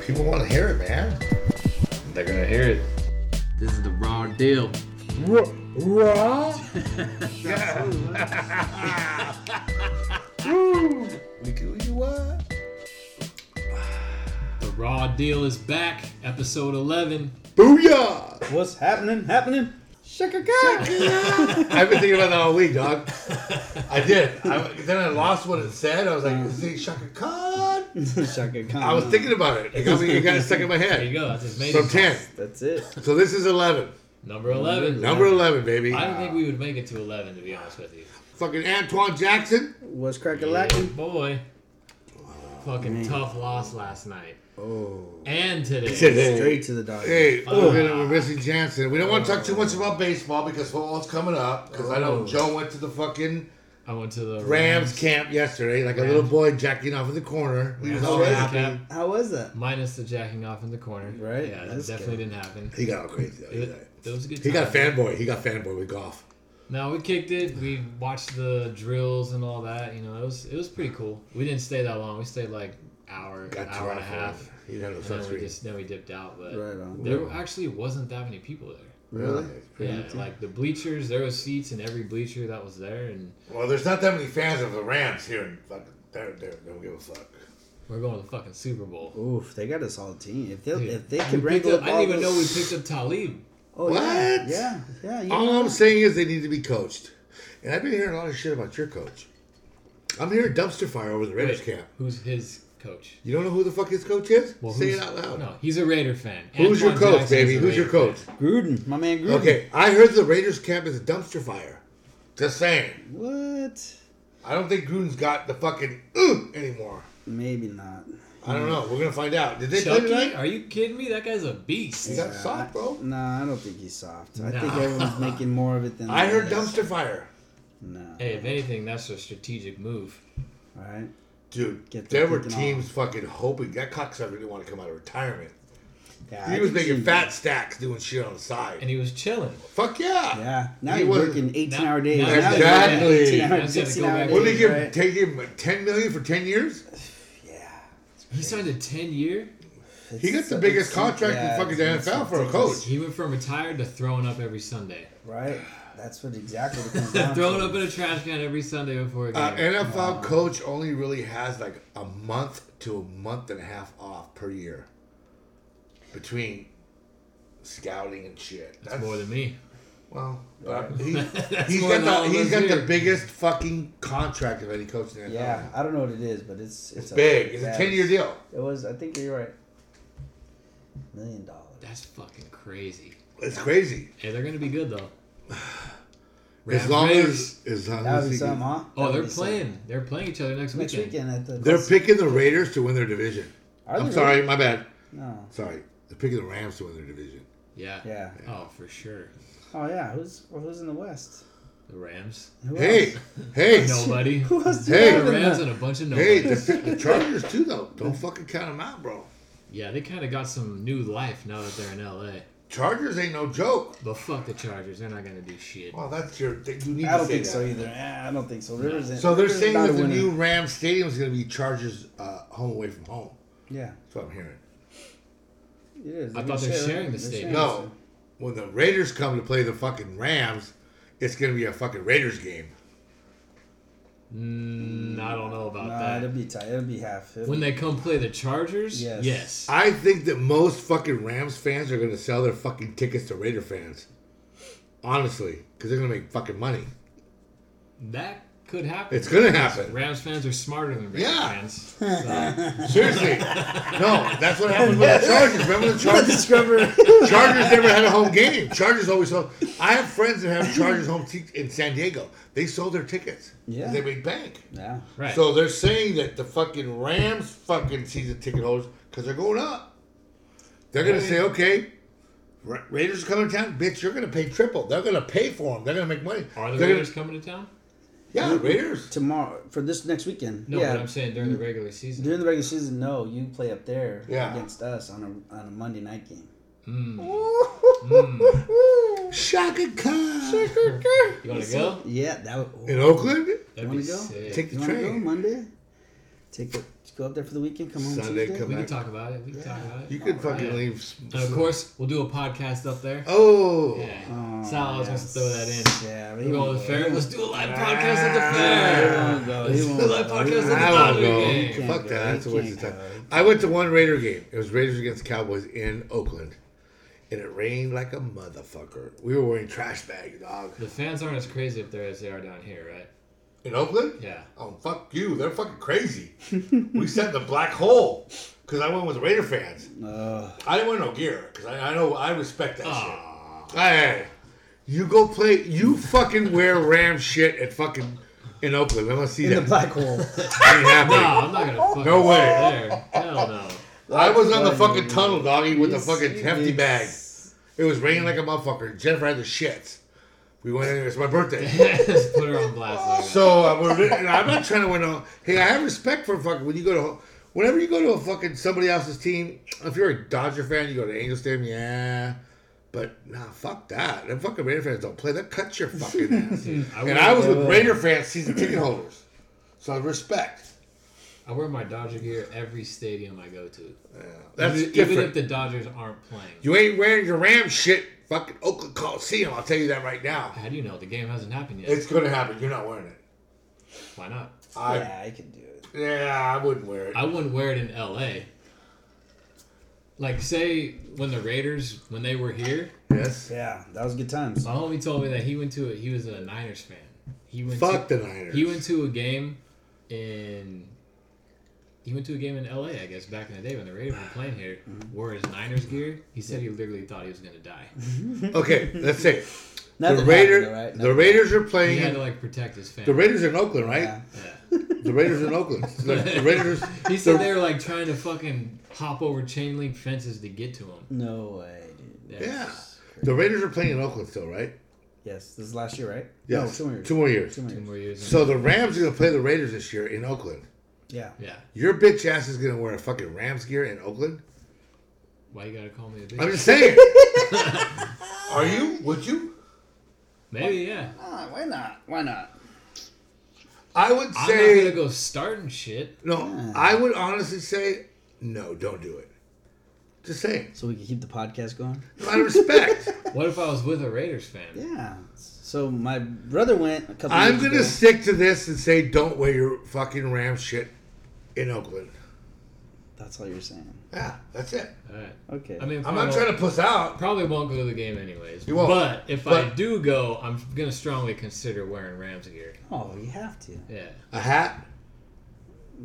People want to hear it, man. They're gonna hear it. This is the raw deal. Raw? Wiki wiki what? The raw deal is back. Episode 11. Booyah! What's happening? Happening? I've been thinking about that all week, dog. I did. I, then I lost what it said. I was like, is it Shaka Khan? Shaka Khan. I was thinking about it. It got, me, it got stuck in my There you head. go. That's just made So it. 10. That's it. So this is 11. Number 11. Number 11, baby. I didn't think we would make it to 11, to be honest with you. Fucking Antoine Jackson. What's cracking Yeah, lacking? boy. Fucking tough loss last night. Oh. And today. Straight to the dog. Hey, we're, gonna, we're missing Jansen. We don't want to talk too much about baseball because football's coming up. Because I know Joe went to the fucking I went to the Rams camp yesterday, like a little boy jacking off in the corner. He was Rams all training happy. camp, How was that? Minus the jacking off in the corner. Right, Yeah, that that's definitely good. didn't happen. He got all crazy. Though. He, It, got- it was a good he got time. fanboy. He got fanboy with golf. No, we kicked it. We watched the drills and all that. You know, it was it was pretty cool. We didn't stay that long. We stayed like hour, Got hour and a trampled. half. He didn't have a And then we sensory. just then we dipped out. But Right on. there actually wasn't that many people there. Really? Yeah, like the bleachers, there was seats in every bleacher that was there, and Well, there's not that many fans of the Rams here. In fucking, they're, they're, they don't give a fuck. we're going to the fucking Super Bowl. Oof, they got a solid team. If they Dude, if they we can picked wrangle up, up I all didn't even know we those- picked up Talib. Oh, yeah. What? Um, Yeah, yeah. You All I'm saying is they need to be coached. And I've been hearing a lot of shit about your coach. I'm hearing dumpster fire over the Raiders Wait, camp. Who's his coach? You don't know who the fuck his coach is? Well, Say it who's- out loud. No, he's a Raider fan. Who's your Antoine coach, Jackson's baby? a Who's your Raider coach? fan. Gruden, my man Gruden. Okay, I heard the Raiders camp is a dumpster fire. Just saying. What? I don't think Gruden's got the fucking ooh anymore. Maybe not. I don't know. We're gonna find out. Did they play Hmm. Chucky? tonight? Are you kidding me? That guy's a beast. He got soft, bro. Nah, I don't think he's soft. I think Nah. everyone's making more of it than I the heard others. dumpster fire. Nah. Hey, if anything, that's a strategic move. All right. Dude, Get the there were freaking teams fucking hoping that cocksucker didn't want to come out of retirement. Yeah, He I was can see making that. fat stacks doing shit on the side. And he was chilling. Fuck yeah. Yeah. Now He you're wasn't- working 18 now- hour days. now Now you're working Exactly. 18 hour, Now he's gotta 16 go hour back. days. What did they give right? take him ten million for ten years? Yeah. He signed a 10 year. He got the It's- biggest it's- contract yeah, in fucking the it's- NFL it's for a ridiculous. coach. He went from retired to throwing up every Sunday. Right. That's what exactly it comes down throwing to. up in a trash can every Sunday before a game. Uh, NFL coach only really has like a month to a month and a half off per year between scouting and shit. that's more than me. well, but he, That's he's more than got all the of he's us got the here. biggest fucking contract of any coach in the NFL. Yeah, I don't know what it is, but it's it's, it's a- big. It's a that ten year is- deal. It was. I think you're right. Million dollars. That's fucking crazy. It's crazy. Hey, they're going to be good, though. As Rams, long as Raiders. as long That would as be he some, can, huh? That Oh, would they're be some. playing. They're playing each other next next weekend. weekend at the. they're picking the Raiders to win their division. Are I'm they sorry, really? my bad. No. Sorry, they're picking the Rams to win their division. Yeah. Yeah. Oh, for sure. Oh yeah. Who's well, who's in the West? The Rams. Who Hey, else? hey, Nobody. Who else? Do Hey, hey, The have in Rams the- and a bunch of Hey, nobody. the, the Chargers too, though. Don't fucking count them out, bro. Yeah, they kind of got some new life now that they're in LA. Chargers ain't no joke. But fuck the Chargers. They're not going to do shit. Well, that's your. They, you need I to don't say think that. so either. Eh, I don't think so. Rivers. in- So they're Rivers saying not that a the winner. new Rams Stadium is going to be Chargers uh, home away from home. Yeah, That's what I'm hearing. it is. I thought they're share- sharing the they're stadium. sharing No, when the Raiders come to play the fucking Rams, it's going to be a fucking Raiders game. Mm, I don't know about Nah, that. it'll be tight. It'll be half. It'll When they come play the Chargers, yes. Yes. I think that most fucking Rams fans are going to sell their fucking tickets to Raider fans. Honestly, because they're going to make fucking money. that could happen. It's going to happen. Rams fans are smarter than Rams Yeah. fans. So, Seriously. No, that's what happened with the Chargers. Remember the Chargers? the scrubber. Chargers never had a home game. Chargers always sold. I have friends that have Chargers home te- in San Diego. They sold their tickets. Yeah. They made bank. yeah. right. So they're saying that the fucking Rams fucking season ticket holders because they're going up. They're gonna say, okay, Ra- Raiders are coming to town, bitch. You're gonna pay triple. They're gonna pay for them. They're gonna make money. are the They're Raiders Mm. coming to town? Gonna, yeah, Raiders. Tomorrow for this next weekend. No, yeah. but I'm saying during the regular season. During the regular season, no, you play up there Yeah. against us on a on a Monday night game. Hmm. Shaka Khan you want to go? Yeah, that would. in Oakland. That'd wanna be go? sick. Take the You want to go train. Monday? Take it. Just go up there for the weekend. Come home Sunday, Tuesday. come We back. can talk about it. We can talk about it. You could fucking Alright. leave. s- And Oh, of course, we'll do a podcast up there. Oh, Yeah. Oh, Sal, I was going to yes. throw that in. Yeah, We go to the fair. Let's do a live podcast at the Ah, fair. he won't go. Let's He do a won't live go. He podcast won't I at won't go. the Dodger He game. can't Fuck go. that. He That's a waste of can't time. go. I went to one Raider game. It was Raiders against Cowboys in Oakland, and it rained like a motherfucker. We were wearing trash bags, dog. The fans aren't as crazy up there as they are down here, right? In Oakland? Yeah. Oh fuck you! They're fucking crazy. we sat in the black hole because I went with Raider fans. Ugh. I didn't wear no gear because I, I know I respect that Aw. shit. Hey, you go play. You fucking wear Ram shit at fucking in Oakland. I want to see in the that. black hole. Ain't happening. No, Oh, I'm not gonna fucking No way. sit there. Hell no. I was on the That's fucking funny. tunnel, doggy, with the Yes, fucking it hefty is. bag. It was raining like a motherfucker. Jennifer had the shits. We went in. It was my birthday. Just put her on blast. Like So uh, we're, and I'm not trying to win. all hey, I have respect for fucking when you go to whenever you go to a fucking somebody else's team. If you're a Dodger fan, you go to Angels Stadium, yeah. But nah, fuck that. Them fucking Raider fans don't play. They cut your fucking ass. that. I and wear, I was Yeah. with Raider fans, season ticket holders. So respect. I wear my Dodger gear every stadium I go to. Yeah, that's even, different. even if the Dodgers aren't playing. You ain't wearing your Ram shit, fucking Oakland Coliseum. I'll tell you that right now. How do you know the game hasn't happened yet? It's gonna happen. You're not wearing it. Why not? I yeah, yeah, I can do it. I wouldn't wear it. I wouldn't wear it in L.A. Like say when the Raiders when they were here, yes. Yeah, that was good times. my homie told me that he went to a, he was a Niners fan. He went Fuck to, the Niners. he went to a game in he went to a game in L.A. I guess back in the day when the Raiders were playing here, Mm-hmm. wore his Niners gear. He said he literally thought he was gonna die. okay, let's say it. the Nothing Raiders. happened, though, right? The Raiders are He had playing. to like protect his family. The Raiders are in Oakland, right? Yeah. Yeah. The Raiders are in Oakland. The, the Raiders. He said the- they were like trying to fucking hop over chain link fences to get to him. No way, dude. Yeah. The Raiders are playing in Oakland still, right? Yes, this is last year, right? Yeah. No, two more years. Two more years. Two more Two years. more years. in- So the Rams are gonna play the Raiders this year in Oakland. Yeah. yeah. Your bitch ass is gonna wear a fucking Rams gear in Oakland. Why you gotta call me a bitch? I'm just saying. are you? Would you? Maybe yeah. Ah, why not? Why not? I would I'm say. not gonna go starting shit. No, I would honestly say no. Don't do it. Just saying, So we can keep the podcast going. out of respect. What if I was with a Raiders fan? Yeah. So my brother went a couple. I'm years gonna ago. stick to this and say, don't wear your fucking Ram shit in Oakland. That's all you're saying. Yeah, that's it. All right. Okay. I mean, I'm probably, not trying to puss out. probably won't go to the game anyways. You won't. But if I But- do go, I'm gonna strongly consider wearing Rams gear. oh, you have to. Yeah. A hat.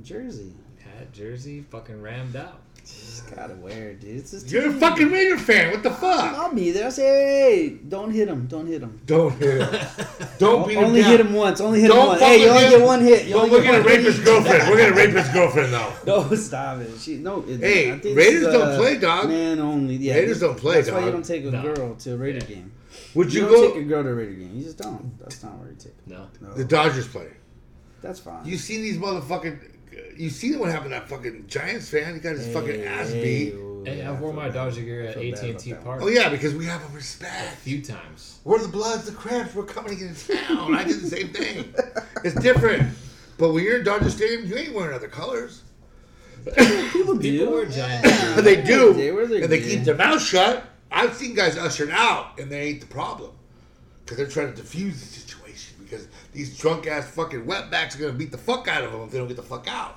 Jersey. Hat, jersey, fucking rammed out. Just gotta wear, it, dude. It's just You're a fucking Raider fan. What the fuck? I'll be there. I'll say, hey, don't hit him. Don't hit him. Don't hit him. Don't beat him only down. hit him once. Only hit him Don't once. Hey, you fucking only hit get him. one hit. You Well, only we're get gonna one rape his hit. girlfriend. We're gonna rape his girlfriend though. No, stop it. She no. It, Hey, I think Raiders it's, don't play, dog. Man only. Yeah, Raiders don't play, That's why you dog. don't take a No. girl to a Raider Yeah. game. Would You, you don't take a go? girl to a Raider game. You just don't. That's not where you take. No. It. No, The Dodgers play. that's fine. You seen these motherfucking. You seen what happened to that fucking Giants fan? He got his fucking ass beat. Hey, I wore my Dodger gear at AT&T Park Oh yeah, because we have a a respect. few times. We're the Bloods, the Crabs. We're coming into town. I did the same thing. It's different. But when you're in Dodger Stadium, you ain't wearing other colors. People People do. wear Giants. gear. they do, they wear their and they gear. keep their mouth shut. I've seen guys ushered out, and they ain't the problem because they're trying to defuse the situation. Because these drunk ass fucking wetbacks are gonna beat the fuck out of them if they don't get the fuck out.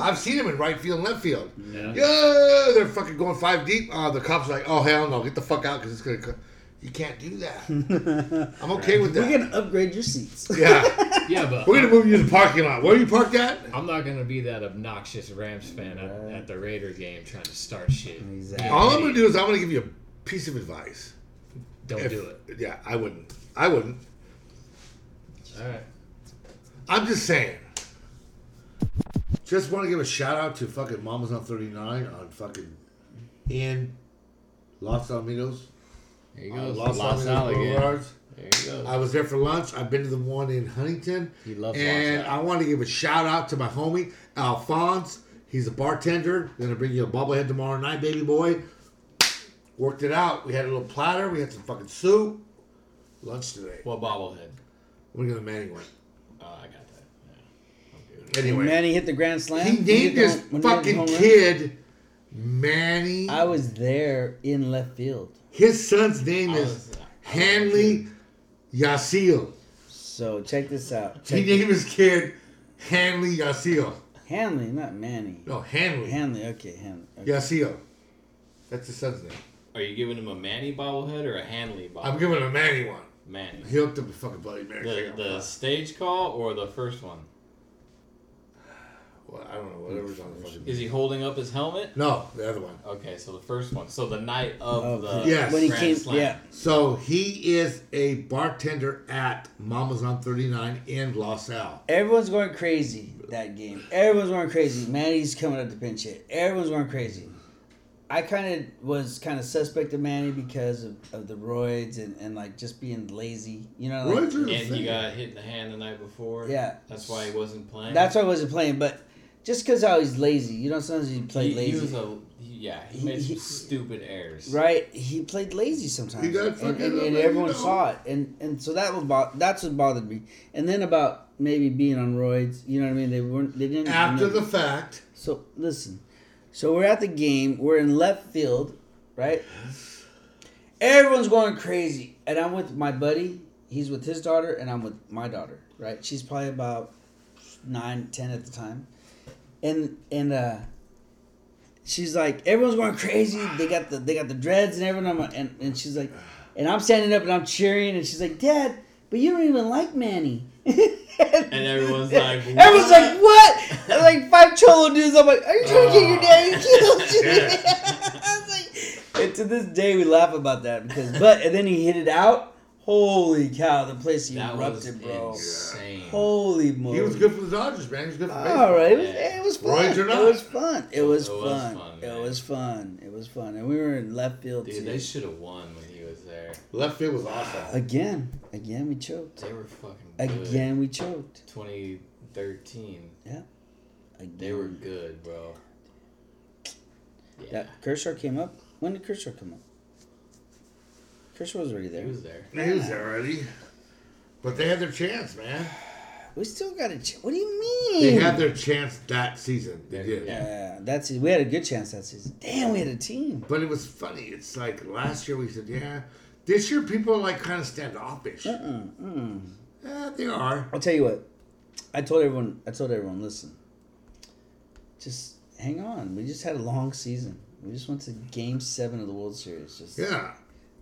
I've seen them in right field and left field. Yeah. Yeah, they're fucking going five deep. Uh, the cops are like, oh hell no, get the fuck out because it's gonna. Co-. You can't do that. I'm okay with that. We're gonna upgrade your seats. yeah, Yeah, but we're gonna move you to the parking lot. Where you parked at? I'm not gonna be that obnoxious Rams fan at, at the Raider game trying to start shit. Exactly. All I'm gonna do is I'm gonna give you a piece of advice. Don't If- do it. Yeah, I wouldn't. I wouldn't. All right. I'm just saying. Just want to give a shout out to fucking Mamas on 39 on fucking in Los Alamitos. There you uh, go. Los, Los Alamitos Alligator. Boulevards. There you go. I was there for lunch. I've been to the one in Huntington. He loves And Los I want to give a shout out to my homie, Alphonse. He's a bartender. Gonna bring you a bobblehead tomorrow night, baby boy. Worked it out. We had a little platter. We had some fucking soup. Lunch today. What bobblehead? We're gonna Manning one. Oh, I got that. Yeah. Anyway, Manny hit the grand slam. he named hit the his home- when he hit the fucking home run. kid Manny. I was there in left field, His son's name I is uh, was- Hanley Yasiel. so check this out. He Check named his kid Hanley Yasiel. Hanley, not Manny. No, Hanley Hanley, okay, Hanley. Okay. Yasiel. That's his son's name. Are you giving him a Manny bobblehead or a Hanley bobblehead? I'm giving him a Manny one. Manny. He hooked up a fucking bloody Mary. The, the stage call or the first one? well, I don't know. Whatever's on the fucking. Is he holding up his helmet? No, the other one. Okay, so the first one. So the night of Oh, the Yes. When he Grand came, Slam. yeah, So he is a bartender at Mama's on 39 in Los Al. everyone's going crazy that game. Everyone's going crazy. Manny's coming up to pinch hit. Everyone's going crazy. I kind of was kind of suspect of Manny because of, of the roids and, and like just being lazy. You know, like, Roids are the And he thing. got hit in the hand the night before. Yeah. That's why he wasn't playing. That's why I wasn't playing, but just because I was lazy, you know, sometimes you play he, lazy, he was a he, yeah. He, He- made he- some stupid errors. right? He played lazy sometimes, He got and, fucking and, up, and man, everyone you know. saw it, and and so that was bo- that's what bothered me. And then about maybe being on roids, you know what I mean? They weren't, they didn't. After the fact, so listen, so we're at the game, we're in left field, right? Everyone's going crazy, and I'm with my buddy. He's with his daughter, and I'm with my daughter. Right? She's probably about nine, ten at the time, and and uh, she's like, everyone's going crazy. They got the they got the dreads and everyone. I'm like- and and she's like, and I'm standing up and I'm cheering, and she's like, Dad, but you don't even like Manny. and everyone's like, everyone's like, what? And like five cholo dudes. I'm like, are you trying to get your daddy killed? I was like, and to this day we laugh about that because, but and then he hit it out. Holy cow! The place That was erupted, bro. insane. Holy moly! he was good for the Dodgers, man. He was good for baseball. All right, it was, Yeah. it was fun. Roids or It not. was fun. It was It was fun. fun, It man. was fun. It was fun, and we were in left field too. Dude, they should have won when he was there. Left field was awesome. again, again we choked. They were fucking good. Again we choked. 2013. Again. They were good, bro. Yeah, Kershaw came up. When did Kershaw come up? Kershaw was already He there. was there. He was there already. But they had their chance, man. We still got a. Ch- what do you mean? They had their chance that season. They did. Yeah. Yeah, that's it. We had a good chance that season. Damn, we had a team. But it was funny. It's like last year we said, yeah. This year people are like kind of standoffish. Mm, mm. Yeah, they are. I'll tell you what. I told everyone. I told everyone. Listen, just hang on. We just had a long season. We just went to Game Seven of the World Series. Just, Yeah.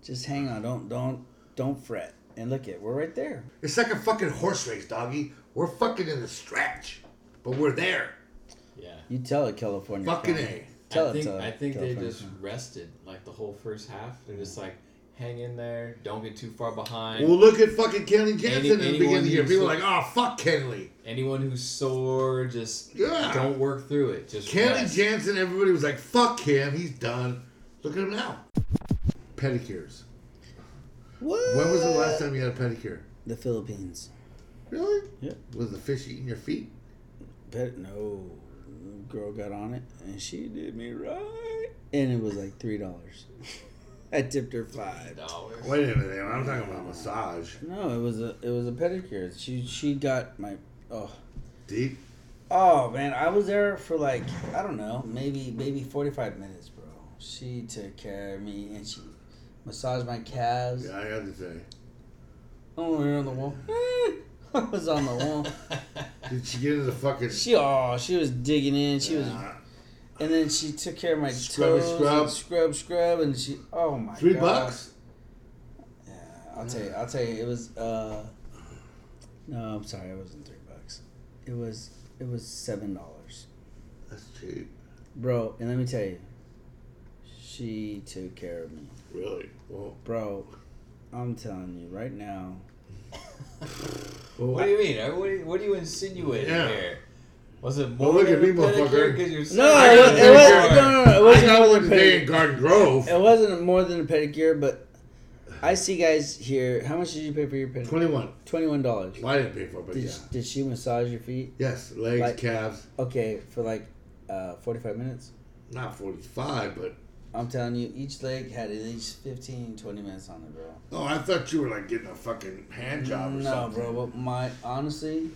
just hang on. Don't, don't, don't fret. And look it, we're right there. It's like a fucking horse race, doggy. We're fucking in the stretch, but we're there. Yeah. You tell it, California. Fucking Crown. A. Tell I it, think, tell it, I think they California just Crown. rested like the whole first half. They're just like, hang in there, don't get too far behind. Well, look at fucking Kenley Jansen at the anyone beginning of the year. who's- People are like, oh, fuck Kenley. Anyone who's sore, just Yeah. don't work through it. Just Kenley rest. Jansen, everybody was like, fuck him. He's done. Look at him now. Pedicures. What? When was the last time you had a pedicure? The Philippines. Really? Yeah. Was the fish eating your feet? But no, the girl got on it and she did me right, and it was like three dollars. I tipped her five. Dollars. Wait a minute. I'm talking about massage. No, it was a it was a pedicure. She she got my oh Deep. oh man, I was there for like I don't know maybe maybe forty five minutes, bro. She took care of me and she massaged my calves. Yeah, I got to say. Oh, we were on the wall. I was on the wall. Did she get into the fucking. She oh she was digging in. She was Nah. And then she took care of my Scrubby toes. scrub. and scrub, scrub, and she. Oh my. Three gosh. bucks? Yeah, I'll tell you. I'll tell you. It was. uh No, I'm sorry. It wasn't three bucks. It was. It was seven dollars, That's cheap. bro. And let me tell you, she took care of me, Really? Well, bro. I'm telling you right now. What do you mean? I- What are you, what are you insinuating Yeah. here? Was it more Well, look at than me, a pedicure motherfucker. 'cause you're No, sore? I it, got was, a it wasn't. pedicure. No, no, no. It I wasn't got more one than today pedicure. in Garden Grove. It wasn't more than a pedicure, but I see guys here. How much did you pay for your pedicure? 21. Twenty-one dollars. Well, I didn't pay for it, but Did, yeah. did she massage your feet? Yes, legs, Like- calves. Okay, for like uh, 45 minutes. Not 45, but. I'm telling you, each leg had at least 15, 20 minutes on it, bro. Oh, I thought you were like getting a fucking hand job or no, something. bro, but my honestly,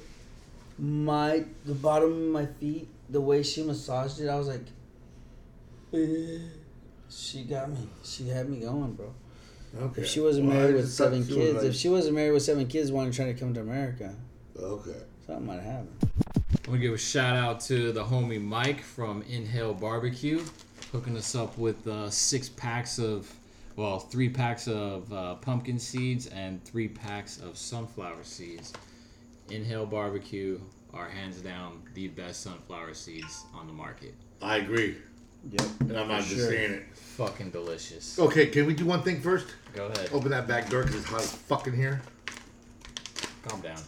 my the bottom of my feet, the way she massaged it, I was like, "Eh." she got me. She had me going, bro. Okay. If she wasn't Well, I married with just thought seven she was kids, like- if she wasn't married with seven kids, why trying to come to America? okay. Something might happen. I'm gonna give a shout out to the homie Mike from Inhale Barbecue, hooking us up with uh, six packs of, well, three packs of uh, pumpkin seeds and three packs of sunflower seeds. Inhale Barbecue are hands down the best sunflower seeds on the market. I agree, Yep. and I'm not just Sure. saying it. Fucking delicious. Okay, can we do one thing first? Go ahead. Open that back door because it's hot as fuck in here. Calm down.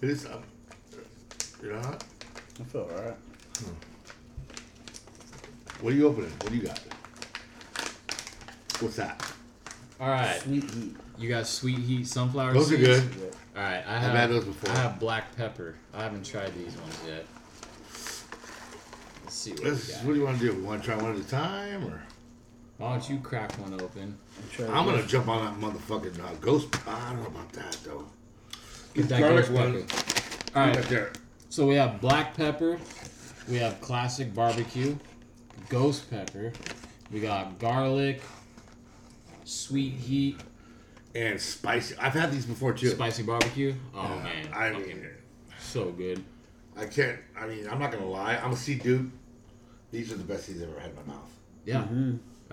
It is. Uh, you're not. hot? I feel alright. What are you opening? What do you got? What's that? All right, Sweet heat. you got sweet heat sunflower Those are seeds. good. All right, I have, had those before. I have black pepper. I haven't tried these ones yet. Let's see what Let's, we got. what do you want to do? We want to try one at a time, or Why don't you crack one open? I'm, trying I'm gonna jump on that motherfucking uh, ghost. I don't know about that though. Get that garlic ghost pepper. one. All Right right, there. so we have black pepper, we have classic barbecue, ghost pepper, we got garlic, sweet heat, And spicy. I've had these before too. spicy barbecue. Oh Uh, man, I fucking so good. I can't. I mean, I'm not gonna lie. I'm a sea dude. These are the best things I've ever had in my mouth. Yeah,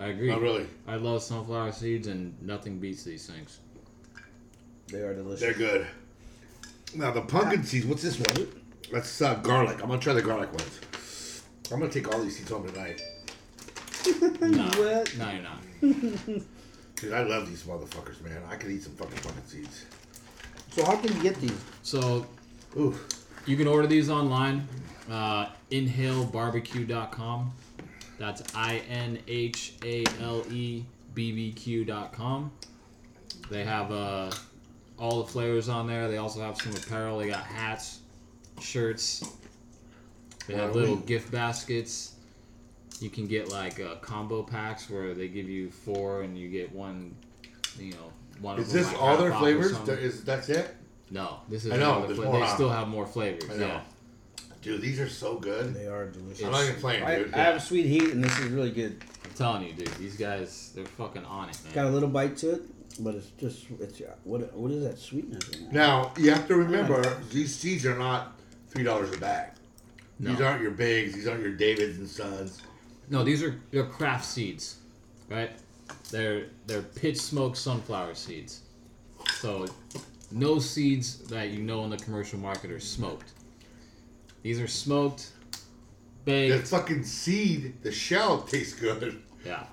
I agree. Oh, really? I love sunflower seeds, and nothing beats these things. They are delicious. They're good. Now the pumpkin seeds. What's this one? That's uh, garlic. I'm gonna try the garlic ones. I'm gonna take all these seeds home tonight. Nah, What? No, you're not. Dude, I love these motherfuckers, man. I could eat some fucking pumpkin seeds. So how can you get these? So Ooh, You can order these online. Uh, inhalebarbecue.com. That's I N H A L E B B Q.com. They have uh, all the flavors on there. They also have some apparel. They got hats, shirts. They have little gift baskets. You can get like uh, combo packs where they give you four and you get one, you know, one of is them this like all half their off or flavors? something. Th- Is that's it? No, this is I know, another there's fla- more They on. still have more flavors. I know. Yeah. Dude, these are so good. They are delicious. I'm not even playing, I, dude. I have sweet heat, and this is really good. I'm telling you, dude, these guys, they're fucking on it, man. Got a little bite to it, but it's just it's what what is that sweetness? In that? Now you have to remember these seeds are not three dollars a bag. No. These aren't your bigs. These aren't your Davids and Sons. No, these are they're craft seeds, right? They're they're pitch smoked sunflower seeds. So no seeds that you know in the commercial market are smoked. These are smoked, The baked. fucking seed, the shell tastes good. Yeah.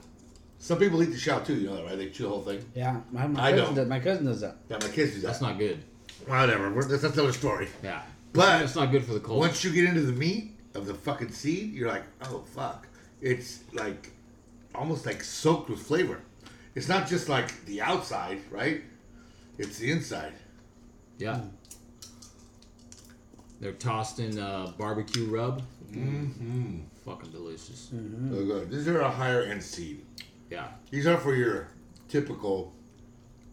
Some people eat the shell too. You know that, right? They chew the whole thing. Yeah, my, I my cousin don't. does, my cousin does that. Yeah, my kids do that. That's not good. Whatever. We're, that's another story. Yeah. But- that's not good for the culture. Once you get into the meat of the fucking seed, you're like, oh fuck. It's like almost like soaked with flavor. It's not just like the outside, right? It's the inside. Yeah. They're tossed in uh, barbecue rub. Mm-hmm. Fucking delicious. So good. These are a higher end seed. Yeah. These are for your typical.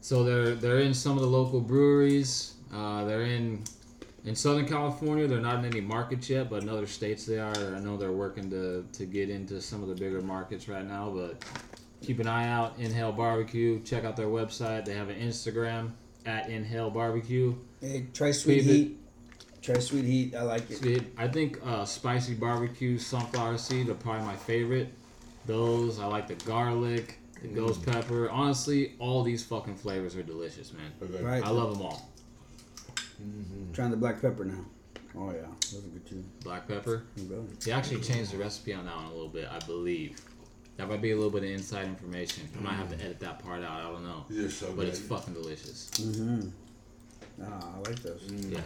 So they're they're in some of the local breweries. Uh, they're in in Southern California. They're not in any markets yet, but in other states they are. I know they're working to to get into some of the bigger markets right now. But keep an eye out. Inhale Barbecue. Check out their website. They have an Instagram at Inhale Barbecue. Hey, try sweet Leave it. heat. Try sweet heat. I like it. It- I think uh, spicy barbecue sunflower seed are probably my favorite. Those I like the garlic, the ghost pepper. Honestly, all these fucking flavors are delicious, man. are good. Right, I love them all. trying the black pepper now. Oh yeah, those are good too. Black pepper. You go. They actually changed the recipe on that one a little bit, I believe. That might be a little bit of inside information. I might have to edit that part out. I don't know, These are so but good. it's fucking delicious. Mm-hmm. Mhm. Ah, I like those. Yeah,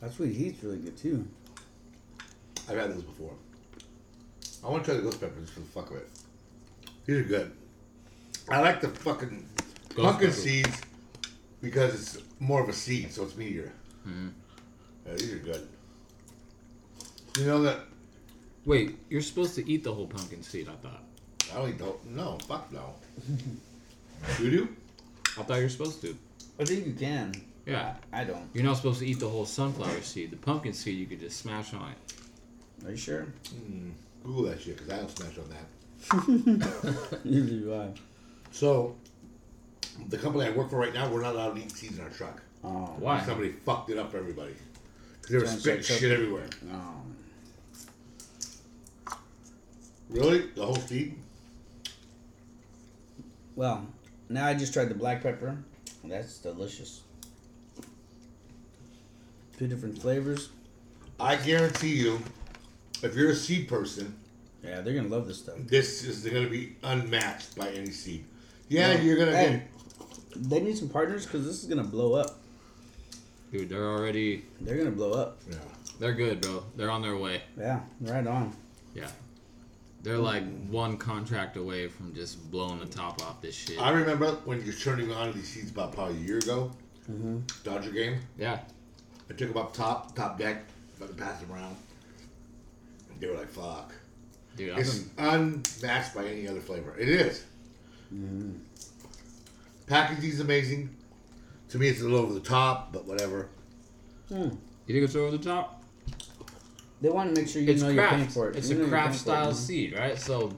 That sweet heat's really good too. I've had those before. I want to try the ghost pepper just for the fuck of it. These are good. I like the fucking pumpkin pepper. seeds because it's more of a seed, so it's meatier. Mm-hmm. Yeah, these are good. You know that Wait, you're supposed to eat the whole pumpkin seed? I thought. I don't eat the whole, no fuck no. you do? I thought you were supposed to. I think you can. Yeah. I don't. You're not supposed to eat the whole sunflower seed. The pumpkin seed, you could just smash on it. Are you sure? Google that shit because I don't smash on that. Neither do I. So, the company I work for right now, we're not allowed to eat seeds in our truck. Oh. Why? Somebody fucked it up for everybody. 'Cause They were Sounds spitting like something- shit everywhere. Oh. Really? The whole seed? Well, now I just tried the black pepper. That's delicious. Two different flavors. I guarantee you, if you're a seed person, Yeah, they're gonna love this stuff. this is going to be unmatched by any seed. Yeah, Yeah. you're going to Hey. get. They need some partners because this is gonna blow up. Dude, they're already. They're gonna blow up. Yeah. They're good, bro. They're on their way. Yeah, right on. Yeah. They're like one contract away from just blowing the top off this shit. I remember when you're turning on these seeds about probably a year ago, Mm-hmm. Dodger game. Yeah. I took them up top, top deck, fucking passed them around. They were like, fuck. Dude, I've It's been, unmatched by any other flavor. It is. Mm. Packaging's amazing. To me, it's a little over the top, but whatever. you think it's over the top? They want to make sure you it's know you're paying craft. for it. It's You know a you're paying craft style for it. seed, right? So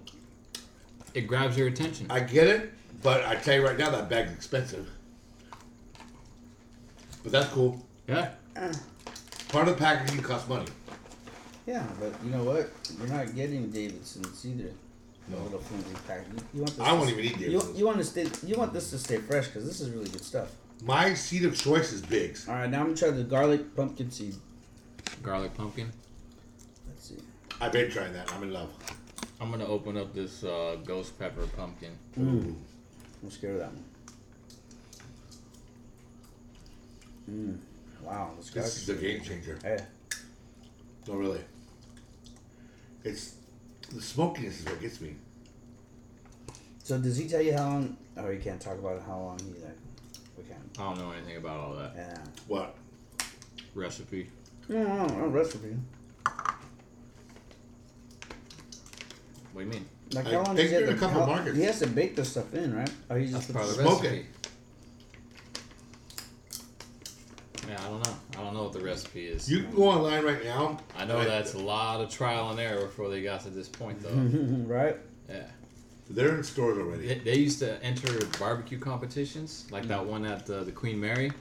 it grabs your attention. I get it, but I tell you right now, that bag's expensive. But that's cool. yeah. Part of the packaging costs money. Yeah, but you know what? You're not getting Davidsons either. No. No. Little flimsy pack. You, you want this I to won't s- even eat You, Davidsons. you want to stay. You want this to stay fresh because this is really good stuff. My seed of choice is Biggs. All right, now I'm gonna try the garlic pumpkin seed. Garlic pumpkin. Let's see. I've been trying that. I'm in love. I'm gonna open up this uh, ghost pepper pumpkin. I'm scared of that one. Mm. Wow, this This is garlic. a game changer. Hey, No, really. It's the smokiness is what gets me. so does he tell you how long? Oh, you can't talk about how long he like. We can. I don't know anything about all that Yeah. What? recipe. No, no, no recipe. What do you mean? Like I how long think does he have they're to- a couple how- markets. He has to bake this stuff in, right? Oh, he That's just part of the Smoke recipe. Yeah, I don't know. I don't know what the recipe is. You can go online right now. I know and that's a lot of trial and error before they got to this point, though. right. yeah. They're in stores already. They, they used to enter barbecue competitions, like that one at the, the Queen Mary,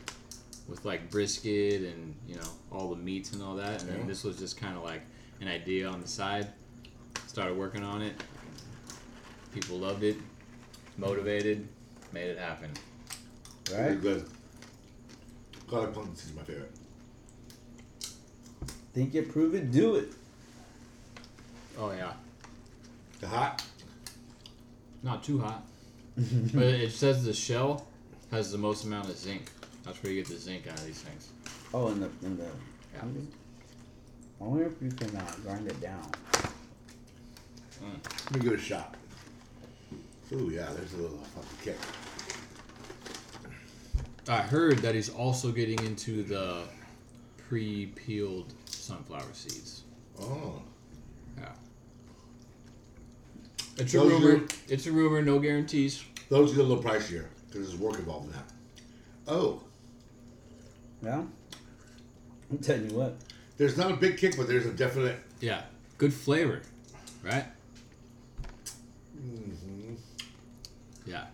with like brisket and you know all the meats and all that. And Yeah. then this was just kind of like an idea on the side. Started working on it. People loved it, motivated, made it happen. They're Right. good. Garlic pumpkin seed is my favorite. Think it, prove it, do it. Oh yeah, The hot. not too hot, but it says the shell has the most amount of zinc. That's where you get the zinc out of these things. Oh, in the in the. Yeah. I wonder if you can uh, grind it down. Let me give it a shot. Ooh yeah, there's a little fucking kick. I heard that he's also getting into the pre-peeled sunflower seeds. Oh. Yeah. It's a Those rumor. are- It's a rumor. No guarantees. Those get a little pricier because there's work involved in that. Oh, Yeah. I'm telling you what. there's not a big kick, but there's a definite. Yeah. Good flavor, right? hmm Yeah.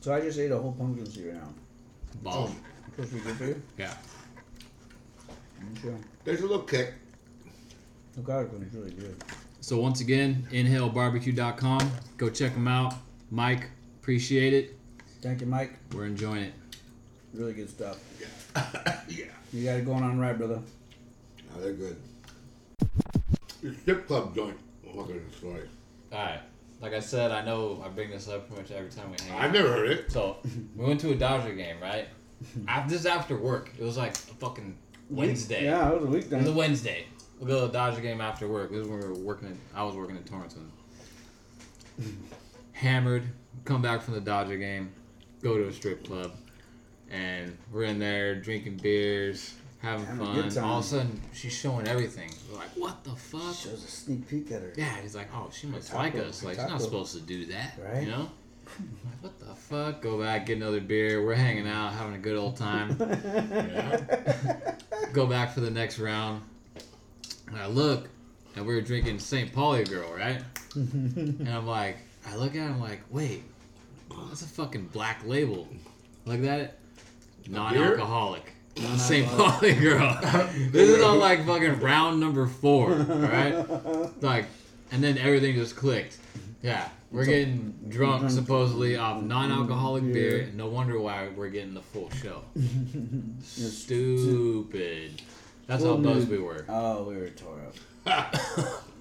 So I just ate a whole pumpkin seed right now. Oh. Bomb. Supposed to be good for you. Yeah. I'm Mm, sure. There's a little kick. The garlic one is really good. So once again, inhalebarbecue.com. Go check them out. Mike, appreciate it. Thank you, Mike. We're enjoying it. Really good stuff. Yeah. You got it going on right, brother. Now they're good. Your strip club joint. Fucking story. All right. Like I said, I know I bring this up pretty much every time we hang out. I've never heard it. So we went to a Dodger game, right? After this, is after work, it was like a fucking Wednesday. Yeah, it was a week It was a then. Wednesday. We will go to the Dodger game after work. This is when we were working. in- I was working in Torrington. Hammered. Come back from the Dodger game. Go to a strip club, and we're in there drinking beers, having Having a good fun. All of time. a sudden, she's showing everything. We're like, what the fuck? Shows a sneak peek at her. Yeah, he's like, oh, she must Taco- like us. Like, she's taco. not supposed to do that, Right. you know? Like, what the fuck? Go back, get another beer. We're hanging out, having a good old time. Go back for the next round. And I look, and we were drinking St. Pauli Girl, right? and I'm like, I look at it, I'm like, wait, that's a fucking black label. Look at that. Non alcoholic. St. Pauli Girl. this is on like fucking round number four, right? Like, and then everything just clicked. Yeah. We're getting drunk, supposedly off non alcoholic beer. No wonder why we're getting the full show. Stupid. That's how Full mood. buzzed we were. Oh, we were tore up.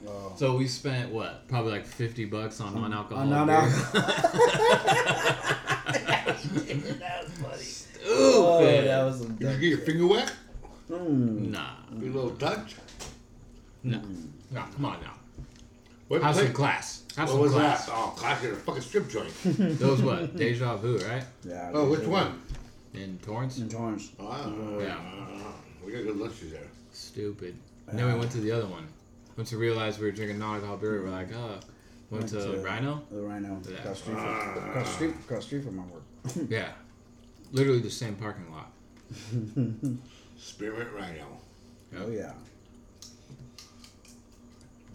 Oh. So we spent what? Probably like fifty bucks on non-alcoholic. on that was funny. Stupid. Oh, that was some Did you dumb get your shit. finger wet? Mm. nah, Your little touch? no, no. Come on now. What Have some place- class. Have What some was class. that? Oh, class at a fucking strip joint. Those what? Deja vu, right? Yeah, Oh, dude. which one? In Torrance. In Torrance. Oh, I don't know. I don't know. Uh-huh. We got good lunches there. Stupid. And then we went to the other one. Once we realized we were drinking non-alcoholic beer, we're like, uh, went Went to to- Rhino. The Rhino. Yeah. Across street from, across street, across street from my work. Yeah, literally the same parking lot. Spirit Rhino. Oh yeah.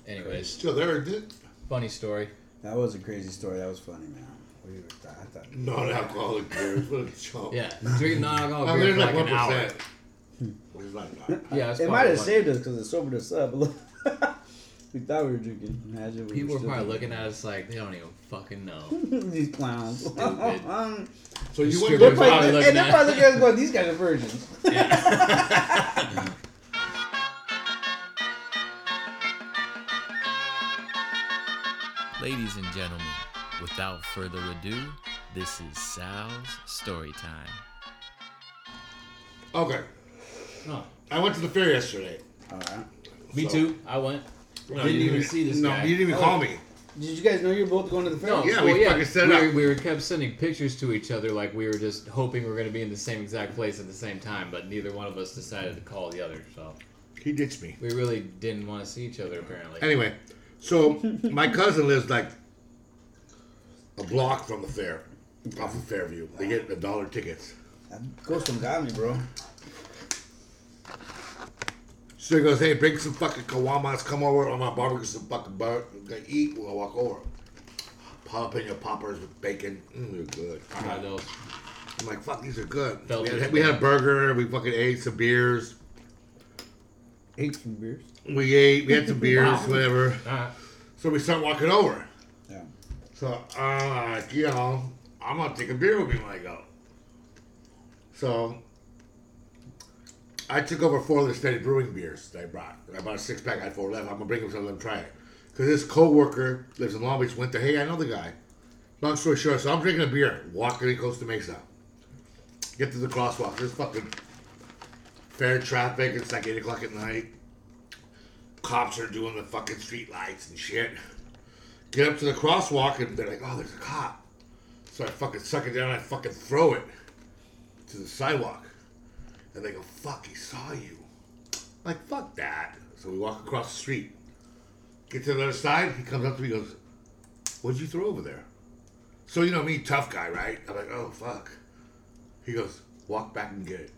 Anyways, Still there, is it? funny story. That was a crazy story. That was funny, man. We were, I thought, Non-alcoholic beers. What a chump. Yeah, drinking non-alcoholic I beer mean, for like like an one hour. Hmm. percent. It's like that. Yeah, it's it probably might have like- saved us because it sobered us up. a little. we thought we were drinking. Imagine we People were are still probably drinking. looking at us like they don't even fucking know. these clowns. Stupid. Um, So you Distributor. went they're to Probably probably, looking and they're at- probably looking at us going, "These guys are virgins." Ladies and gentlemen, without further ado, this is Sal's story time. okay. Huh. I went to the fair yesterday. All right. Me So- too. I went. No, didn't you even see this No, guy. Oh. you didn't even call me. Did you guys know you're both going to the fair? No, Yeah, Oh, well, we yeah. fucking set we, up. were, we were kept sending pictures to each other like we were just hoping we were going to be in the same exact place at the same time, but neither one of us decided to call the other, so He ditched me. we really didn't want to see each other apparently. Anyway, so my cousin lives like a block from the fair, off of Fairview. They get the dollar tickets. That Ghost from got me, bro. So he goes, hey, bring some fucking kawamas, come over, I'm gonna barbecue some fucking bird, we're gonna eat, we're gonna walk over. Jalapeno poppers with bacon, mm, they're good. Try those. I'm like, fuck, these are good. Felt We it. had, we had a burger, we fucking ate some beers, Ate some beers. we ate, we had some beers, Wow. whatever. All right. So we start walking over. Yeah. So I'm like, you know, I'm gonna take a beer with me when I go. So I took over four of the steady brewing beers that I brought. I bought a six pack, I had four left. I'm gonna bring them to let them try it. Cause this coworker lives in Long Beach, went to hey, I know the guy. Long story short, so I'm drinking a beer, walking in Costa Mesa. Get to the crosswalk. There's fucking fair traffic, it's like eight o'clock at night. Cops are doing the fucking street lights and shit get up to the crosswalk and they're like, oh, there's a cop. So I fucking suck it down and I fucking throw it to the sidewalk. And they go, fuck, he saw you. I'm like, fuck that. So we walk across the street. Get to the other side, he comes up to me and goes, what'd you throw over there? So, you know me, tough guy, right? I'm like, oh, fuck. He goes, walk back and get it.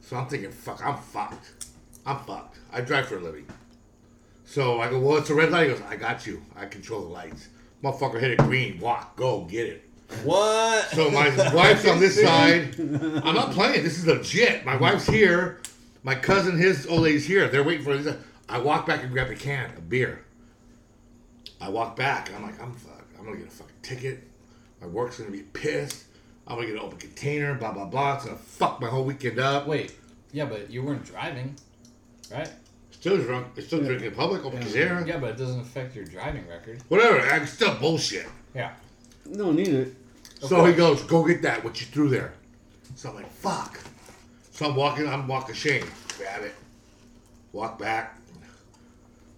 So I'm thinking, fuck, I'm fucked. I'm fucked. I drive for a living. So I go, well, it's a red light. He goes, I got you. I control the lights. Motherfucker hit a green. Walk, go, get it. What? So my wife's on this side. I'm not playing. This is legit. My wife's here. My cousin, his old lady's here. They're waiting for this. I walk back and grab a can of beer. I walk back. and I'm like, I'm fucked. I'm gonna get a fucking ticket. My work's gonna be pissed. I'm gonna get an open container. Blah blah blah. It's gonna fuck my whole weekend up. Wait. Yeah, but you weren't driving, right? Still drunk. Still drinking in public. Open container. Yeah, but it doesn't affect your driving record. Whatever. I'm still bullshit. Yeah. No, neither. So he goes, "Go get that. What you threw there?" So I'm like, "Fuck." So I'm walking. I'm walking shame. Grab it. Walk back.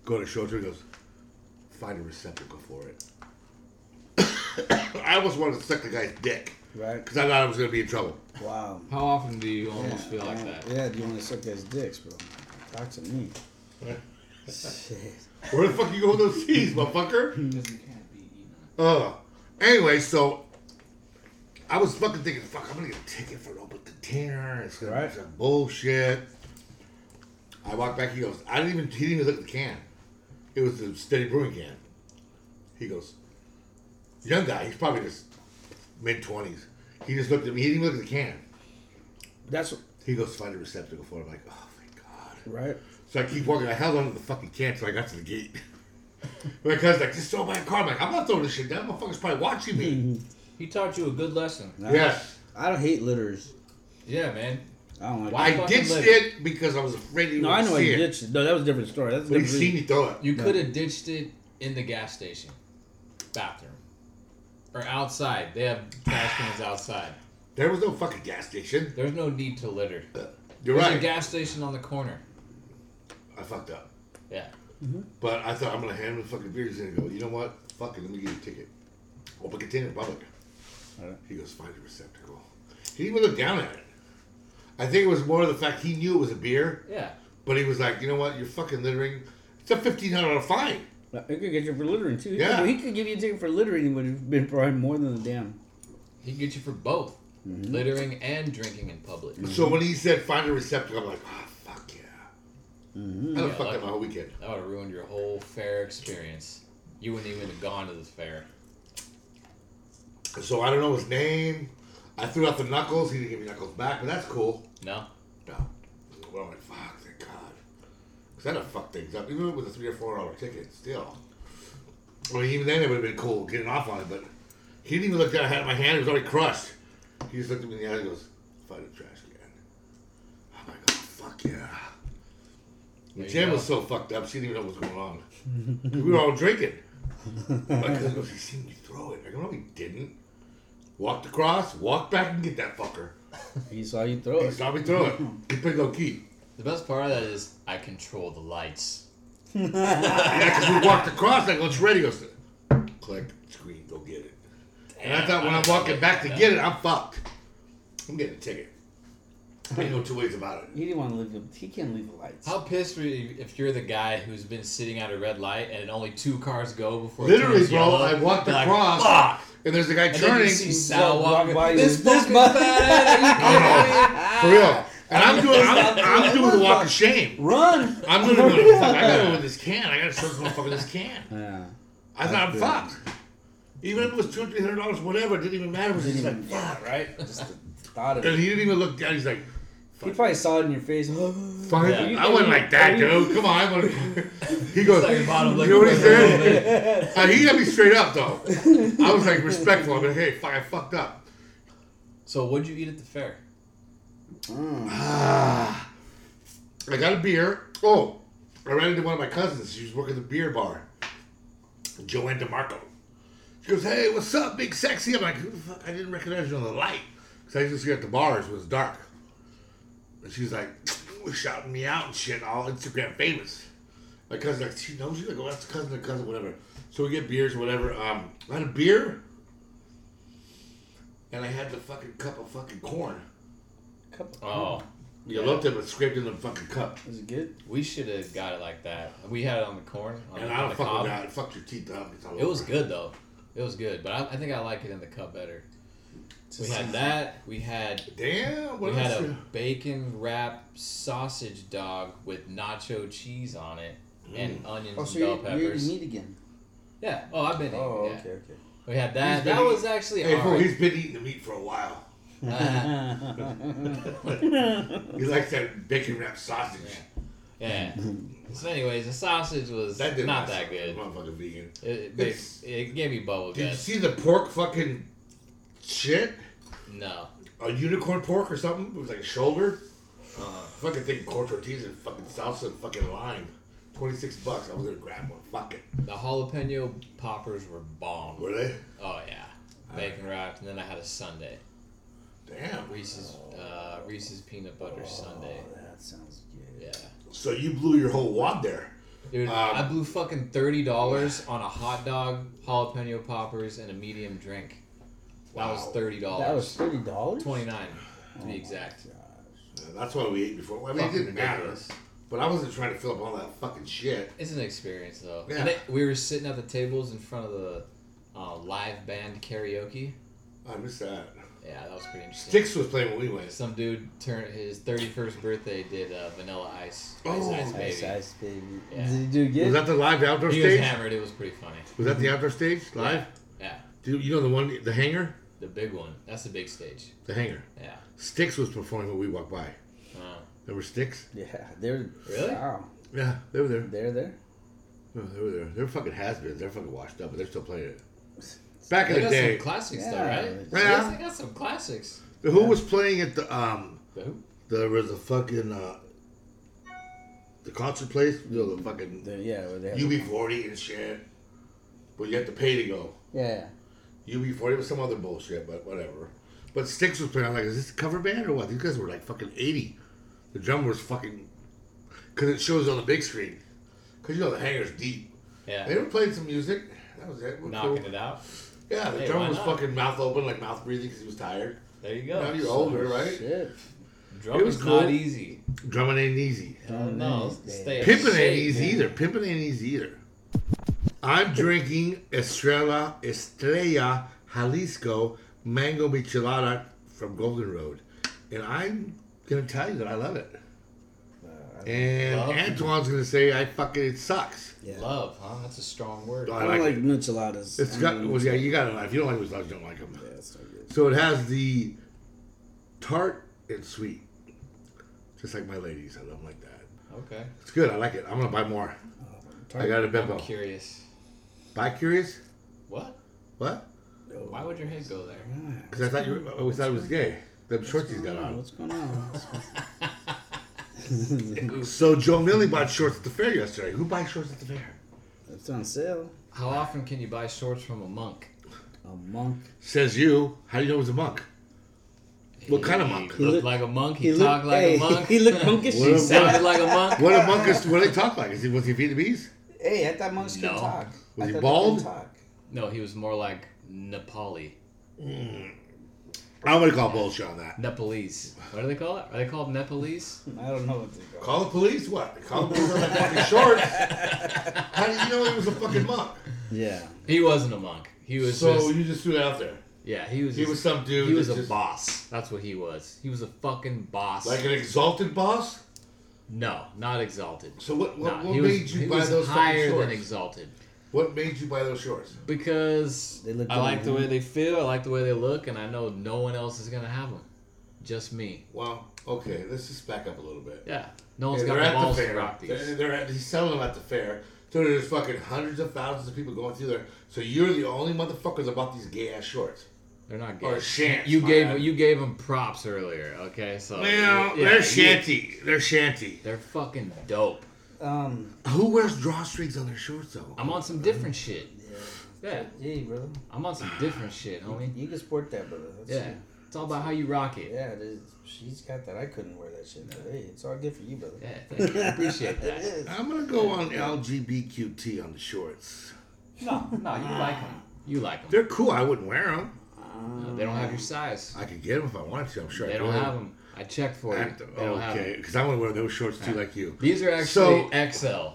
Go to show it to him, He goes, "Find a receptacle for it." I almost wanted to suck the guy's dick Right. because I thought I was gonna be in trouble. Wow. How often do you almost feel like yeah, that? Yeah, do you want to suck guys' dicks, bro? Talk to me. Shit. Where the fuck you go with those C's, motherfucker? Because you can't be eaten. Ugh. Anyway, so I was fucking thinking, fuck, I'm gonna get a ticket for an open container. It's gonna Right. be some bullshit. I walked back. He goes, I didn't even. He didn't even look at the can. It was a steady brewing can. He goes, young guy. He's probably just mid twenties. He just looked at me. He didn't even look at the can. That's He goes, find a receptacle for it. I'm like, oh my god. right. So I keep walking. I held on to the fucking can till I got to the gate. my cousin's like, just throw my car. I'm like, I'm not throwing this shit down. Motherfucker's probably watching me. He taught you a good lesson. yeah. I don't hate litters. Yeah, man. I don't like. Why- I fucking ditched live. it because I was afraid he No, would I know I see it. ditched. it. No, that was a different story. That's a But he different. seen reason. me throw it. You No. could have ditched it in the gas station bathroom or outside. They have trash cans outside. There was no fucking gas station. There's no need to litter. You're There's a right. gas station on the corner. I fucked up. Yeah. But I thought I'm gonna hand him the fucking beer. He's gonna go. You know what? Fuck it. Let me get you a ticket. Open container in public. Alright. He goes find a receptacle. He didn't even look down at it. I think it was more of the fact he knew it was a beer, Yeah. but he was like, you know what? You're fucking littering. It's a fifteen hundred dollar fine. No, He could get you for littering too. He Yeah. could- he could give you a ticket for littering. It would have been probably more than the damn. He can get you for both Mm-hmm. littering and drinking in public. So when he said find a receptacle, I'm like, ah, fuck yeah. I done Yeah, fucked like- up my whole weekend. That would have ruined your whole fair experience. You wouldn't even have gone to the fair. So I don't know his name. I threw out the knuckles. He didn't give me knuckles back, but that's cool. No? No. Well, I'm like, fuck, thank God. Because that'd have fucked things up. Even with a three or four dollar ticket, still. I mean, even then it would have been cool getting off on it, but he didn't even look down. I had my hand, it was already crushed. He just looked at me in the eye and goes, find a trash can. I'm like, oh, fuck yeah. There you Jen go. was so fucked up, she didn't even know what was going on. 'Cause we were all drinking. My cousin goes, he seen you throw it. I go, no, he didn't. Walked across, walked back and get that fucker. He saw you throw He it. saw me throw it. He picked up key. The best part of that is I control the lights. Yeah, because we walked across. I go, it's ready. He goes, click, screen, go get it. And I thought when I'm walking back to get it, I'm fucked. I'm getting a ticket. Ain't no two ways about it. He didn't want to leave. The, he can't leave the lights. How pissed were you if you're the guy who's been sitting at a red light and only two cars go before it Literally, turns bro, yellow? I walked You're like, across, "Fuck!" and there's a guy And then you turning. see So Sal walk walking by This you. fucking bad. For real. And I'm doing, I'm, I'm doing the walk of shame. Run. I'm literally going, fuck, I gotta go with this can. I gotta show this motherfucker this can. Yeah. I thought I'm fucked. Even if it was two, three hundred dollars, whatever, it didn't even matter. It was just like, fuck, right? Just the thought of And it. he didn't even look down. He's like, He probably saw it in your face. Fuck, Yeah. I wasn't like that, dude. Come on. I wasn't- he goes, like bottom you know what he liquor said? Uh, he got me straight up, though. I was like respectful. I'm like, hey, fuck, I fucked up. So what'd you eat at the fair? I got a beer. Oh, I ran into one of my cousins. She was working the beer bar. Joanne DeMarco. She goes, hey, what's up, big sexy? I'm like, who the fuck? I didn't recognize you on the light. Because I used to see her at the bars. It was dark. And she's like, shouting me out and shit, all Instagram famous. My cousin's like, she knows you? Like, oh, that's cousin, to cousin, whatever. So we get beers, whatever. Um, I had a beer. And I had the fucking cup of fucking corn. Oh, You looked at it, but scraped in the fucking cup. Is it good? we should have got it like that. We had it on the corn. On, And the- I on don't the fuck Oh, cob. with that. It fucked your teeth up. It's all It was over. good though. It was good, but I, I think I like it in the cup better. We had that. We had Damn. What we had else? a bacon wrap sausage dog with nacho cheese on it Mm. and onions Oh, and so bell you, you ate peppers. meat again? yeah. Oh, I've been eating. Oh, yeah. okay, okay. We had He's that. been That was eating- actually Hey, fool, alright. he's been eating the meat for a while. Uh, He likes that bacon wrapped sausage. yeah. So, anyways, the sausage was That didn't not last that long. good. Motherfucking vegan. It, It's- it, it gave me bubble Did you guts. see the pork fucking shit? No. A unicorn pork or something? It was like a shoulder. Uh-huh. Fucking thing, corn tortillas and fucking salsa and fucking lime. 26 bucks. I was gonna grab one. Fuck it. The jalapeno poppers were bomb. Were they? Oh yeah, bacon wrapped, and then I had a sundae, Damn. Reese's Oh. uh, Reese's peanut butter sundae. Oh, That sounds good. Yeah, So you blew your whole wad there. dude, Um, I blew fucking thirty dollars on a hot dog, jalapeno poppers, and a medium drink. That was Wow. thirty That was Oh. dollars, thirty dollars. twenty nine to be exact. Uh, That's what we ate before. Well, I mean, it Fucking didn't matter. ridiculous. But I wasn't trying to fill up all that fucking shit. It's an experience though. Yeah. And it- we were sitting at the tables in front of the uh, live band karaoke. I missed that. Yeah, that was pretty interesting. Sticks was playing when we went. Some dude turned his 31st birthday did uh, Vanilla Ice. Ice Oh, Ice Baby. Ice Ice Baby. Yeah. Did he do good? Was that the live outdoor He was stage? hammered. It was pretty funny. Was that the outdoor stage live? Yeah, Do you, you know the one, the hangar, the big one. That's the big stage. the hangar. Yeah. Sticks was performing when we walked by. Uh, Remember Sticks? yeah, they're Really? wow, Yeah, they were there. they're there. No, Oh, they were there. They're fucking has-beens. They're fucking washed up, but they're still playing it. Back in they the got day, some classics though, Yeah. right? Yeah. They got some classics. who was playing at the um? The who? There was a fucking uh, the concert place. You know the fucking They're, yeah, where they have UB40 and shit. But you have to pay to go. yeah, yeah. UB40 was some other bullshit, but whatever. But Sticks was playing. I'm like, is this a cover band or what? These guys were like fucking 80. The drummer was fucking. Because it shows on the big screen. Because you know the hangar's deep. They Yeah. were playing some music. That was it. We're cool. Knocking it out. Yeah, the Hey, drummer why was not? fucking mouth open, like mouth breathing because he was tired. There you now go. you're older, right? Shit. Drumming's It was cool. not easy. Drumming ain't easy. Oh, no, stay in Pimping ain't shape, easy man. either. Pimping ain't easy either. I'm drinking Estrella Estrella Jalisco Mango Michelada from Golden Road, and I'm gonna tell you that I love it. Uh, And Love? Antoine's gonna say I fucking it sucks. Yeah. Love, huh? That's a strong word. I I like don't like Mm. it. micheladas. It's I got mean, well, yeah, you gotta like if you don't like micheladas, you don't like them. yeah, it's not good. So it has the tart and sweet, just like my ladies. I love 'em like that. Okay. It's good. I like it. I'm gonna buy more. I got a I'm Bimbo. curious. Buy curious? What? What? Oh Why would your head go there? Because I thought you. Were, I always thought it was gay. The shorts he's got on. What's going on? What's going So Joe Millie bought shorts at the fair yesterday. Who buys shorts at the fair? on? It's on sale. How often can you buy shorts from a monk? A monk. Says you. How do you know he's a monk? What kind of monk? He looked like a monk. He, looked- talked like hey, a monk. He looked monkish. What he a- sounded sounded like a monk. What a monk is. What do they talk like? Is he was he Vietnamese? like- hey, I thought monks could No. talk. Was he I thought they could bald? talk. No, he was more like Nepali. I'm gonna call bullshit on that. Nepalese. What do they call it? Are they called Nepalese? I don't know what they call. Call the police? What? Call the police on the fucking shorts? How do you know he was a fucking monk? Yeah. He wasn't a monk. He was So just you just threw it out there. yeah. He was He just- was some dude. he was that a just- boss. That's what he was. He was a fucking boss. like an exalted boss. no, not exalted. So what? What, Nah, what he made was, you he buy was those fucking higher shorts? than exalted. what made you buy those shorts? Because They look I like good, the huh? way they feel, I like the way they look, and I know no one else is gonna have them. Just me. Well, okay, let's just back up a little bit. Yeah. No Yeah, one's they're got the at balls the to fair. rock They're, these. they're at, he's selling them at the fair. So there's fucking hundreds of thousands of people going through there. So you're the only motherfuckers about these gay ass shorts. They're not Or gay. shants, you my gave bad. you gave them props earlier, okay? So Well, yeah, they're you- shanty. They're shanty. They're fucking dope. Um. Who wears drawstrings on their shorts though? I'm on some different shit. Yeah, Hey, brother. I'm on some different shit, homie. You can sport that, brother. That's Yeah, it's all about how you rock it. Yeah, it is. She's got that. I couldn't wear that shit. But hey, it's all good for you, brother. Yeah, thank you. I appreciate that. I'm gonna go on LGBTQT on the shorts. No, no, Ah. you like them. You like them. They're cool. I wouldn't wear them. They don't have your size. I could get them if I wanted to. I'm sure. I They don't could. have them. I checked for you. Act- They don't have 'em. okay, because I want to wear those shorts too, like you. These are So- actually XL.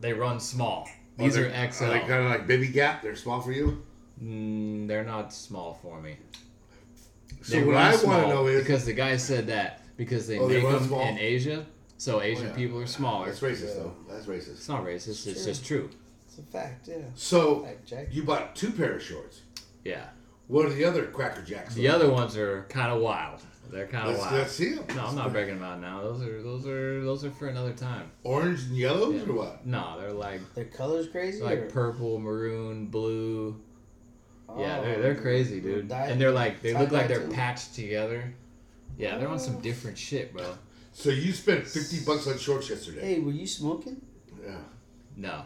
They run small. These Oh, are, they're- XL. They kind of like baby gap. They're small for you. Mm, they're not small for me. So They what run I want to small know is because the guy said that because they Oh, they make run them small? Oh, in Asia, so Asian yeah. people are smaller. that's racist though. That's racist. It's not racist. It's just true. It's a fact. Yeah. So Like Jack. you bought two pair of shorts. Yeah. What are the other Cracker Jacks? The other ones are kind of wild. They're kind of Let's, wild. let's see them. no, I'm not breaking them out now. Those are those are those are for another time. Orange and yellows Yeah. or what? No, they're like Their colors crazy. like or? purple, maroon, blue. Yeah, Oh, they're, they're crazy, dude. dye- and they're like they dye look like dye they're too. Oh. patched together. Yeah, they're on some different shit, bro. So you spent fifty bucks on shorts yesterday. Hey, were you smoking? Yeah. No,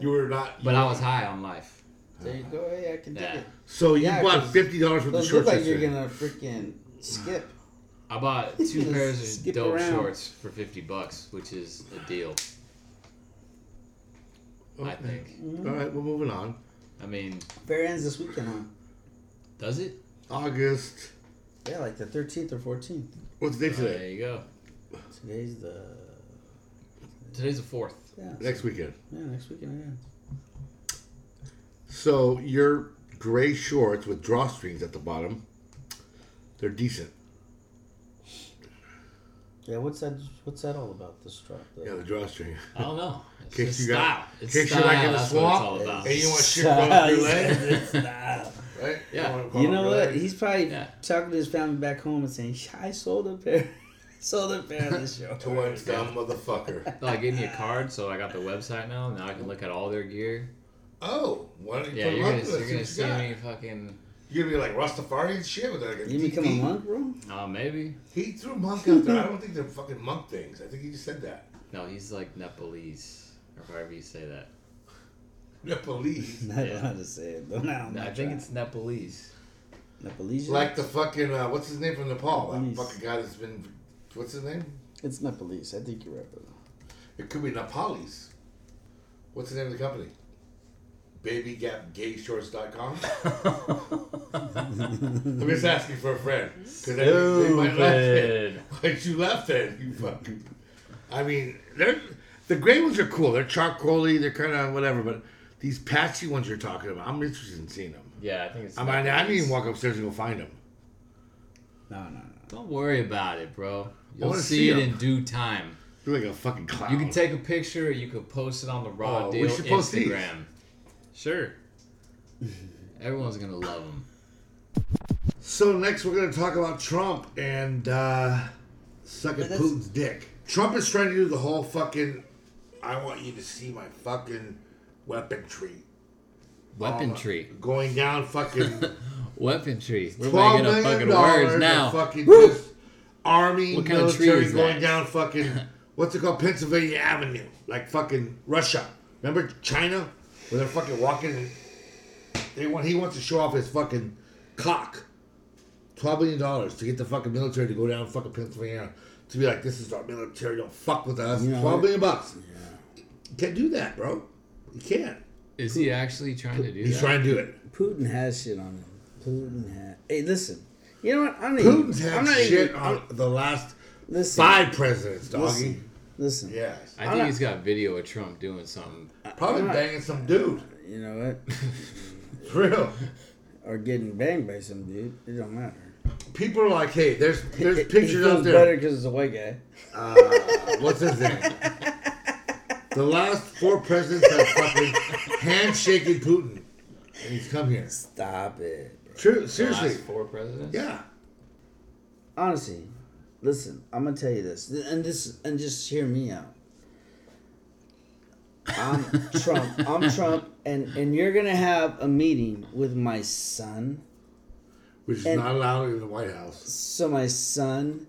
You were not. but I was high on life. There you go. Hey, I can dig Yeah. it. So you Yeah, bought 'cause fifty dollars worth of Those shorts look like you're yesterday. gonna freaking skip. I bought two Just pairs of skip dope around. shorts for fifty bucks, which is a deal. I Okay. think. All right, we're moving on. I mean, Fair ends this weekend, huh? does it? August. Yeah, like the 13th or 14th. What's the day Oh, there today? you go. Today's the Today's the fourth. yeah. Next weekend. Yeah, next weekend. So your gray shorts with drawstrings at the bottom They're decent. Yeah, what's that? What's that all about? This drop. The, Yeah, the drawstring. I don't know. It's Kicks just you got- style. It's kicks you style. like in the That's swamp. what it's Oh, all about. Hey, you want shit across your leg? Right? Yeah. wanna call You it know leg? what? He's probably Yeah. talking to his family back home and saying, "Sh- "I sold a pair, sold a pair of this show." To one dumb motherfucker. No, I gave me a card, so I got the website now. Now I can look at all their gear. Oh, why don't you Yeah, put you're them gonna, up to us? you're gonna See see what you got. me fucking. You're gonna be like Rastafarian shit with like a You become a DP. monk, bro? Uh, maybe. He threw monk out there. I don't think they're fucking monk things. I think he just said that. No, he's like Nepalese, or however you say that. Nepalese. I don't know Yeah. how to say it. Don't know. I think it's Nepalese. Nepalese. Like the fucking uh, what's his name from Nepal? That Nepalese. fucking guy that's been what's his name? It's Nepalese. I think you're right, brother. It could be Nepalese. What's the name of the company? BabyGapGayShorts.com. I'm just asking for a friend because they, they might laugh. At. Why'd you laugh at you fucking? I mean, they're the gray ones are cool. They're charcoaly. They're kind of whatever. But these patchy ones you're talking about, I'm interested in seeing them. Yeah, I think it's. I mean, I didn't Nepalese. even walk upstairs and go find them. No, no, no. Don't worry about it, bro. You'll wanna see, see it 'em. in due time. You're like a fucking clown. You can take a picture. You could post it on the raw Oh, we deal should post these. Instagram. Sure. Everyone's gonna love them. So next, we're going to talk about Trump and uh, sucking But that's- Putin's dick. Trump is trying to do the whole fucking. I want you to see my fucking weaponry. Weaponry. Going down fucking Weaponry. We're twelve making million up fucking dollars words of now. Fucking just army What kind of tree military is going that? down fucking what's it called Pennsylvania Avenue like fucking Russia. Remember China where they're fucking walking. And they want he wants to show off his fucking cock. Twelve million dollars to get the fucking military to go down fucking Pennsylvania to be like this is our military don't fuck with us. You know, Twelve million bucks. You can't do that, bro. You can't. Is he actually trying to do He's that? trying to do it. Putin has shit on him. Putin has. Hey, listen. You know what? I don't Putin's even. had I'm not shit even. on the last Listen. five presidents, doggy. Listen. Listen. Yes. I think he's got video of Trump doing something. Probably banging some dude. You know what? For real. Or getting banged by some dude. It don't matter. People are like, hey, there's there's It- pictures it feels out better there. because it's a white guy. What's his name? The last four presidents have fucking handshaking Putin. And he's come here. Stop it. True, The last seriously. four presidents. Yeah. honestly, listen, I'm gonna tell you this, and this, and just hear me out. I'm Trump. I'm Trump, and and you're gonna have a meeting with my son. Which is And- not allowed in the White House. So my son,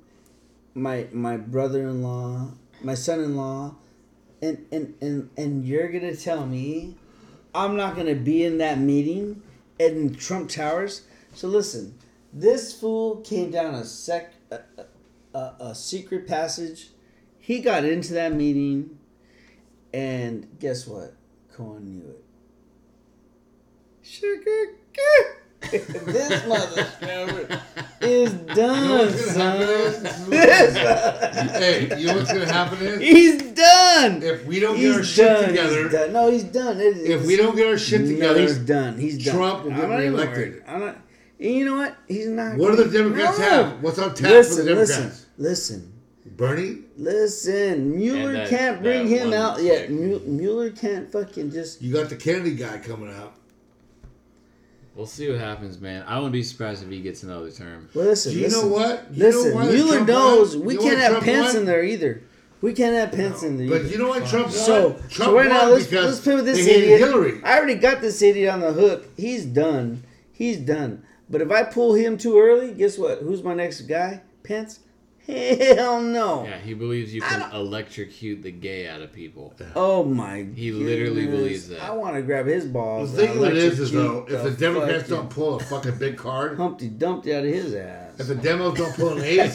my my brother-in-law, my son-in-law, and and and and you're gonna tell me I'm not gonna be in that meeting in Trump Towers. So listen, this fool came down a sec a, a- a, a secret passage. He got into that meeting, and guess what? Cohen knew it. Sugar. this motherfucker is done, You know what's gonna happen is, son. this is what- hey, you know what's gonna happen is He's done. if we don't get our He's shit done. together, He's done. No, he's done. It is- if we don't get our shit together, no, he's done. He's done. Trump will I'm get not even reelected. worried. I'm not. and You know what? He's not. what do the gonna- Democrats No. have? What's on tap for Listen, the Democrats? listen, listen, Bernie? listen. Mueller And that- can't bring that him one out yet. chick. Mu- Mueller can't fucking just. You got the Kennedy guy coming out. We'll see what happens, man. I wouldn't be surprised if he gets another term. Well, listen, Do you listen. know what? You Listen, know why the Mueller Trump knows won? we You know can't why have Trump Pence won? in there either. We can't have Pence in there. But either. you know what Trump won? So, Trump so right now, won let's, because let's play with this they hated idiot. Hillary. I already got this idiot on the hook. He's done. He's done. But if I pull him too early, guess what? Who's my next guy? Pence? Hell no. Yeah, he believes you can electrocute the gay out of people. Oh my He literally goodness. believes that. I want to grab his The balls. thing and of it is, is electrocute though, if the Democrats fucking don't pull a fucking big card, Humpty Dumpty out of his ass. if the demos don't pull an ace,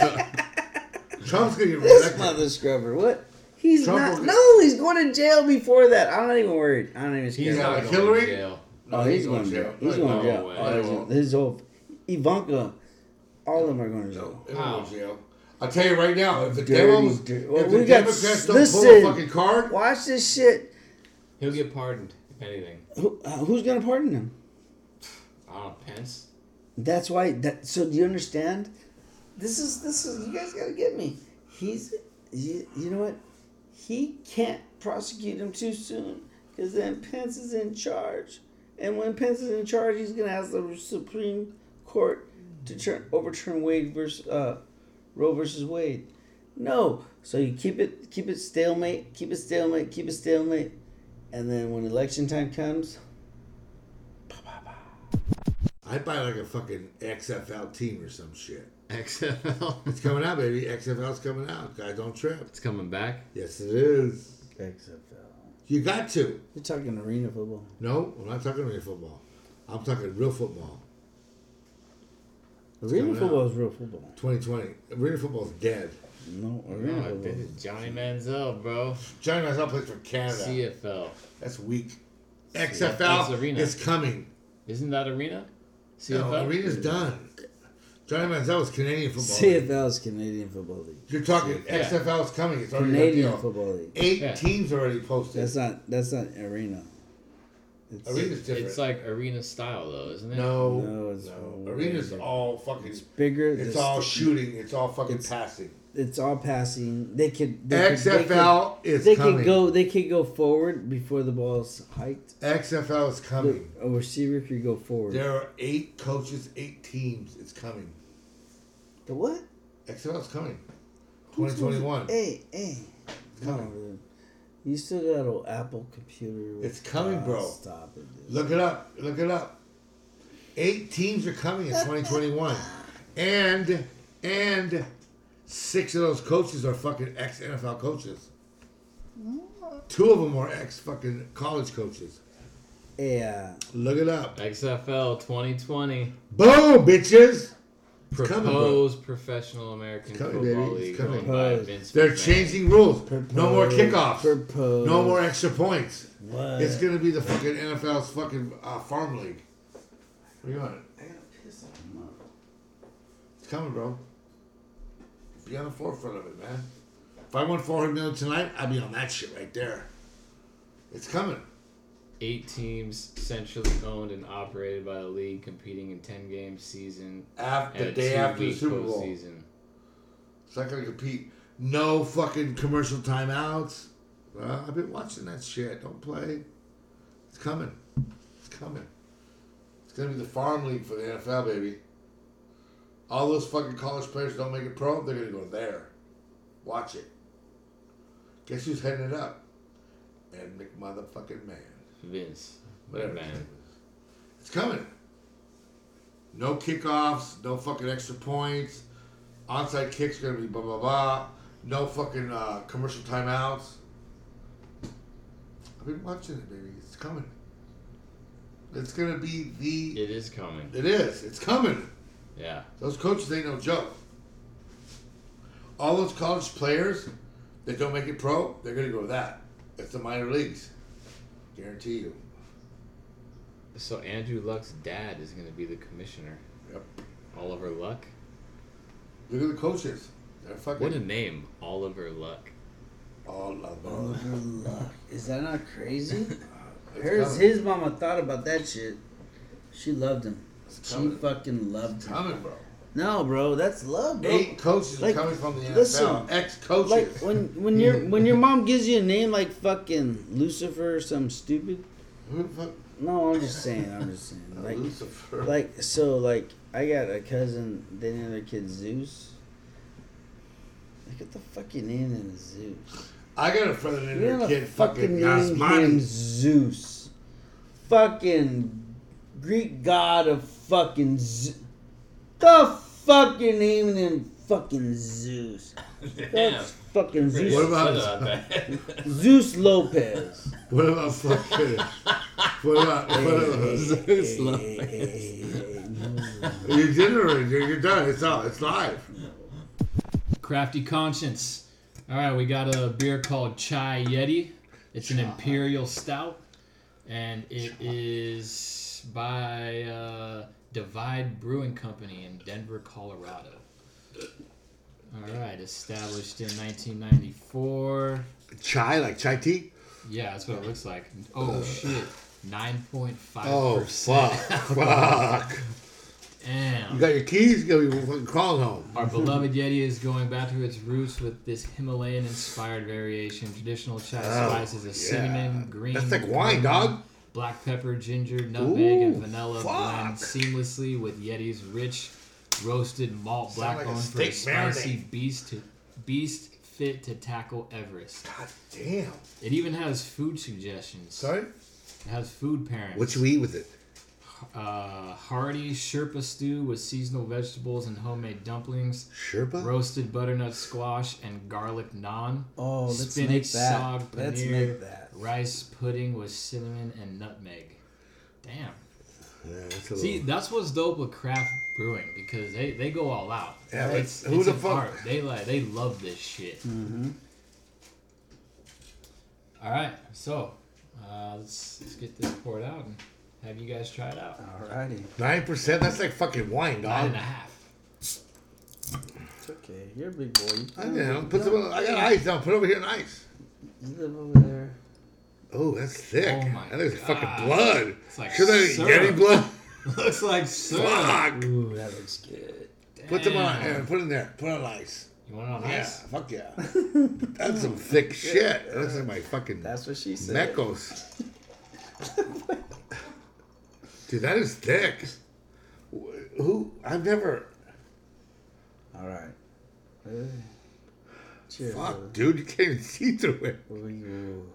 Trump's gonna get This reelected. mother scrubber. What? He's Trump not. will- No, he's going to jail before that. I'm not even worried. I'm not even scared. Yeah, like Not going to Hillary? jail. No, Oh, he's, going to jail. He's going no, to jail. way. Oh, They he's- won't. his whole Ivanka, all of them are going to jail. He'll go to jail. I'll tell you right now, if the Dirty, demos, dirty- if well, the we got- Democrats don't listen. pull a fucking card, Watch this shit. He'll get pardoned if anything. Who, uh, who's going to pardon him? I don't know, Pence. That's why. That so. Do you understand? this is this is you guys gotta get me. He's you, you know what? He can't prosecute him too soon because then Pence is in charge, and when Pence is in charge, he's gonna ask the Supreme Court to turn overturn Wade versus uh, Roe versus Wade. No, so you keep it keep it stalemate, keep it stalemate, keep it stalemate, and then when election time comes, I'd buy like a fucking XFL team or some shit. XFL. It's coming out, baby. XFL's coming out. Guys, don't trip. It's coming back. Yes, it is. XFL. You got to. you're talking arena football. No, I'm not talking real football. I'm talking real football. Arena going football is real football. 2020. Arena football's dead. No, arena Oh, football. dude, Johnny Manziel, bro. Johnny Manziel plays for Canada. CFL. That's weak. that's XFL arena. is coming. Isn't that arena? No, CFL. arena's done. Johnny Manziel is Canadian football. CFL is Canadian Football League. You're talking XFL is coming. It's already Canadian done deal. Football League. Eight Yeah. teams already posted. That's not that's not arena. It's, arena's different. It's like arena style though, isn't it? no, No, no, it's way arena's different. all fucking. It's, bigger. this- all shooting. It's all fucking It's- passing. It's all passing. They could they could- they XFL Could, is they coming. could go. They could go forward before the ball's hiked. XFL is coming. A receiver could go forward. There are eight coaches, eight teams. It's coming. the what? XFL is coming. Who's 2021. gonna- Hey, hey. Come on, man. You still got old Apple computer. It's coming, Ah, bro. Stop it. Dude. Look it up. Look it up. Eight teams are coming in 2021, and and six of those coaches are fucking ex NFL coaches. Two of them are ex fucking college coaches. Hey, uh, Look it up. XFL 2020. Boom, bitches. It's coming, bro. Proposed Professional American It's coming, Football baby. It's League owned coming. by Proposed. Vince They're McMahon. changing rules. No more propose- kickoffs. Propose. No more extra points. What? It's gonna be the fucking NFL's fucking uh, farm league. What do you want? It's coming, bro. Be on the forefront of it, man. If I won 400 million tonight, I'd be on that shit right there. It's coming. Eight teams centrally owned and operated by the league, competing in 10 game season After, the and day a after the two-week Super Bowl. postseason. It's not gonna compete. No fucking commercial timeouts. Well, I've been watching that shit. Don't play. It's coming. It's coming. It's gonna be the farm league for the NFL, baby. All those fucking college players don't make it pro. They're gonna go there. Watch it. Guess who's heading it up? And McMotherfucking man. Vince. Whatever. his Man. name is. It's coming. No kickoffs, no fucking extra points. Onside kicks gonna be blah blah blah. No fucking uh, commercial timeouts. I've been watching it, baby. It's coming. It's gonna be the. It is coming. It is. It's coming. Yeah. Those coaches ain't no joke. All those college players that don't make it pro, they're gonna go to that. It's the minor leagues. Guarantee you. So Andrew Luck's dad is going to be the commissioner. Yep. Oliver Luck? Look at the coaches. They're fucking. What a name, Oliver Luck. all of them. Is that not crazy? It's Hers, coming. his mama thought about that shit. She loved him. It's She coming. fucking loved him. coming, bro. No, bro, that's love, bro. Eight coaches like, are coming from the listen, NFL. Ex Like coaches. when when your when your mom gives you a name like fucking Lucifer or something stupid. Who the fuck? No, I'm just saying. I'm just saying. Like Lucifer. like so like I got a cousin. They named their kid Zeus. Look at the fucking name in Zeus. I got a friend that You're named gonna their kid fucking fucking name him Yasmani. Zeus. Fucking Greek god of fucking Z- the fucking name him fucking Zeus. That's fucking Zeus. What about Zeus Lopez. what about fucking what about what about Zeus Lopez. you did it already? You're, you're done. It's out. It's live. Crafty Conscience. All right, we got a beer called Chai Yeti. It's an imperial stout, and it is by uh, Divide Brewing Company in Denver, Colorado. All right, established in 1994. Chai like chai tea. Yeah, that's what it looks like. Oh shit, 9.5. Oh fuck, fuck. You Damn. got your keys, you go fucking crawling home. Our beloved Yeti is going back to its roots with this Himalayan-inspired variation. Traditional chai Oh, spices of cinnamon, green, That's like wine, dog. black pepper, ginger, nutmeg, and Ooh, vanilla fuck. blend seamlessly with Yeti's rich roasted malt Sound like blackbone a for a steak spicy marinade. beast to beast fit to tackle Everest. God damn. It even has food suggestions. Sorry? It has food pairings. What you eat with it? uh, hearty Sherpa stew with seasonal vegetables and homemade dumplings, Sherpa? roasted butternut squash and garlic naan, Oh, let's Spinach, make that. sog, let's paneer. make that. rice pudding with cinnamon and nutmeg. Damn. Yeah, that's a little... See, that's what's dope with craft brewing because they, they go all out. Yeah, but it's, who it's the an fuck- art. They like they love this shit. All right, so uh, let's let's get this poured out and have you guys try it out. Alrighty. 9%? That's like fucking wine, Nine dog. and a half. It's okay. You're a big boy. You I can- know. Put some, I got ice now. Put it over here in ice. You live over there. Oh, that's thick. Oh my that is God. fucking blood. It's like Should I syrup. get any blood? Looks like syrup. Fuck. Ooh, that looks good. Put them on. Damn. Yeah, put it in there. Put it on ice. You want it on Yeah. ice? Fuck yeah. That's some thick shit. That's like my fucking That's what she said. Mecos. Dude, that is thick. Wh- Who? I've never. All right. Uh, cheers. Fuck, dude. You can't even see through it. Ooh, ooh.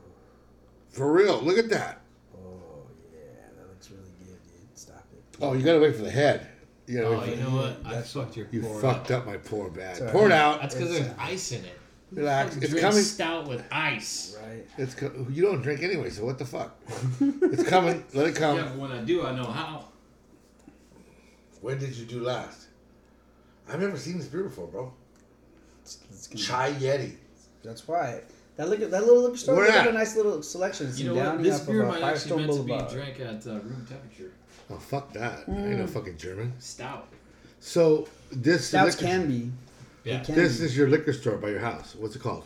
For real. Look at that. Oh yeah, that looks really good, dude. Stop it. Oh, you gotta wait for the head. You gotta Oh, wait for you know what? I fucked your You pour fucked uh, up. up my poor bag. all Pour it right. out. That's because It's, there's ice in it. Relax. It's Drink coming. stout with ice. Right. It's co- you don't drink anyway, so what the fuck? it's coming. Let it come. Yeah, but when I do, I know how. When did you do last? I've never seen this beer before, bro. It's, it's gonna- Chai Yeti. That's why. That look that little liquor store. Where They have a at? nice little selection. It's You know in what? Downey This off beer of, uh, might actually Firestone meant to be Boulevard. drank at uh, room temperature. Oh fuck that! I ain't no fucking German. Stout. So this Stouts liquor- can be. They Yeah. can this be. is your liquor store by your house. What's it called?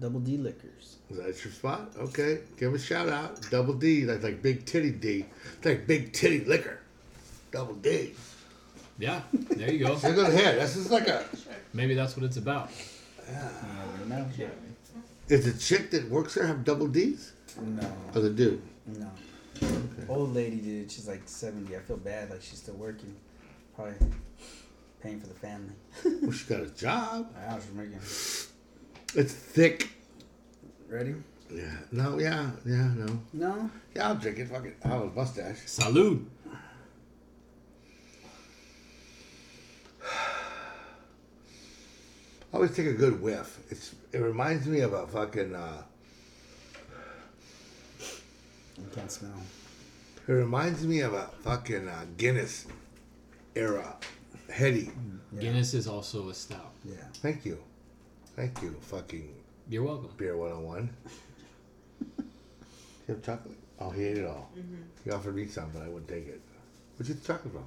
double D liquors. Is that your spot? Okay, give a shout out. Double D, like like big titty D, It's like big titty liquor. Double D. Yeah. There you go. Look at the head. This is like a. Maybe that's what it's about. You never know. Is the chick that works there have double D's? No, Or the dude? no. Old lady, dude. She's like seventy. I feel bad. Like she's still working. Probably paying for the family. Well, "Oh, she got a job. I was making. It's thick. Ready? Yeah. No. Yeah. Yeah. No. No. Yeah, I'll drink it. Fuck it. I have a mustache. Salud. I always take a good whiff. It's it reminds me of a fucking uh You can't smell. it reminds me of a fucking uh, Guinness era heady. Guinness is also a stout. Yeah. Thank you. Thank you, fucking You're welcome. beer one oh one. You have chocolate? Oh he ate it all. He offered me some but I wouldn't take it. Where'd you get the chocolate from?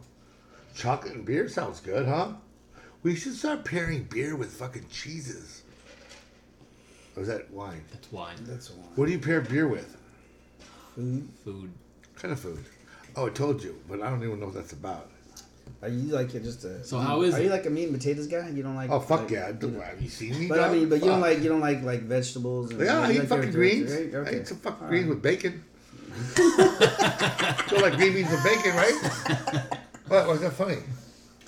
Chocolate and beer sounds good, huh? We should start pairing beer with fucking cheeses. Or is that wine? That's wine. That's the one. What do you pair beer with? Food. Food. kind of food? Oh, I told you, but I don't even know what that's about. Are you like just a? So how is Are it? you like a meat and potatoes guy? You don't like? Oh fuck like, yeah! I you do, know- have you seen me? But I dog? mean, but you Fuck. don't like you don't like like vegetables. And Yeah, I you eat like fucking your- greens. right? I Okay. eat some fucking All greens right. with bacon. Feel like green beans with bacon, right? What was that funny?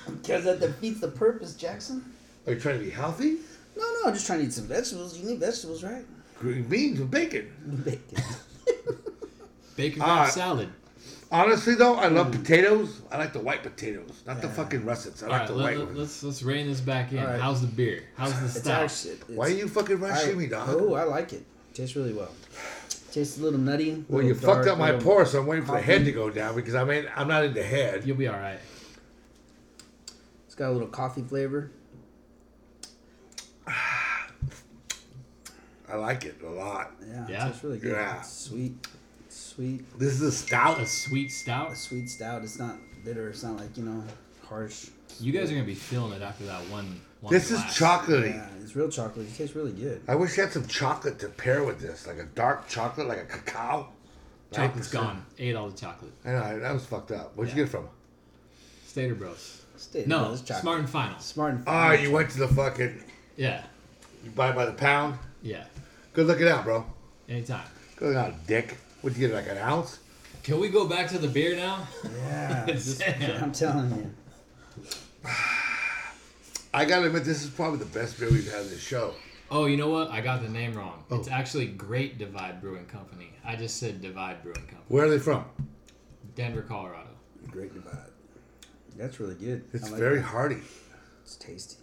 Because that defeats the purpose, Jackson. Are you trying to be healthy? No, no, I'm just trying to eat some vegetables. You need vegetables, right? Green beans with bacon. Bacon. Bacon Ah. wrap salad. Honestly though, I Hmm. love potatoes. I like the white potatoes, not the fucking russets. I All like right. the Let, white let, ones. let's let's rein this back in. All right. How's the beer? How's the It's stout? actually. It's, Why are you fucking rushing I- me, dog? Oh, I like it. Tastes really well. Tastes a little nutty. well, little you fucked dark, up my little- pour, so I'm waiting for the head coffee. to go down because I mean I'm not into head. You'll be all right. It's got a little coffee flavor. I like it a lot. Yeah, Yeah. yeah. tastes really good. Yeah. It's sweet, It's sweet, This is a stout. A sweet a stout. sweet stout. It's not bitter. It's not like you know harsh. You guys are gonna be feeling it after that one. one This is glass. chocolatey. Yeah, it's real chocolate. It tastes really good. I wish I had some chocolate to pair with this, like a dark chocolate, like a cacao. Chocolate's Right? gone. Ate all the chocolate. I know that was fucked up. Where'd Yeah. you get it from? Stater Bros. Stater No, Brothers chocolate. Smart and Final. Smart and Ah, you went to the fucking Yeah, you buy by the pound. yeah. Good looking out, bro. Anytime. Good looking out, dick. What'd you get? Like an ounce? Can we go back to the beer now? Yeah. Damn. I'm telling you. I gotta admit, this is probably the best beer we've had on this show. Oh, you know what? I got the name wrong. Oh. It's actually Great Divide Brewing Company. I just said Divide Brewing Company. Where are they from? Denver, Colorado. Great Divide. That's really good. I It's like very that. hearty. It's tasty.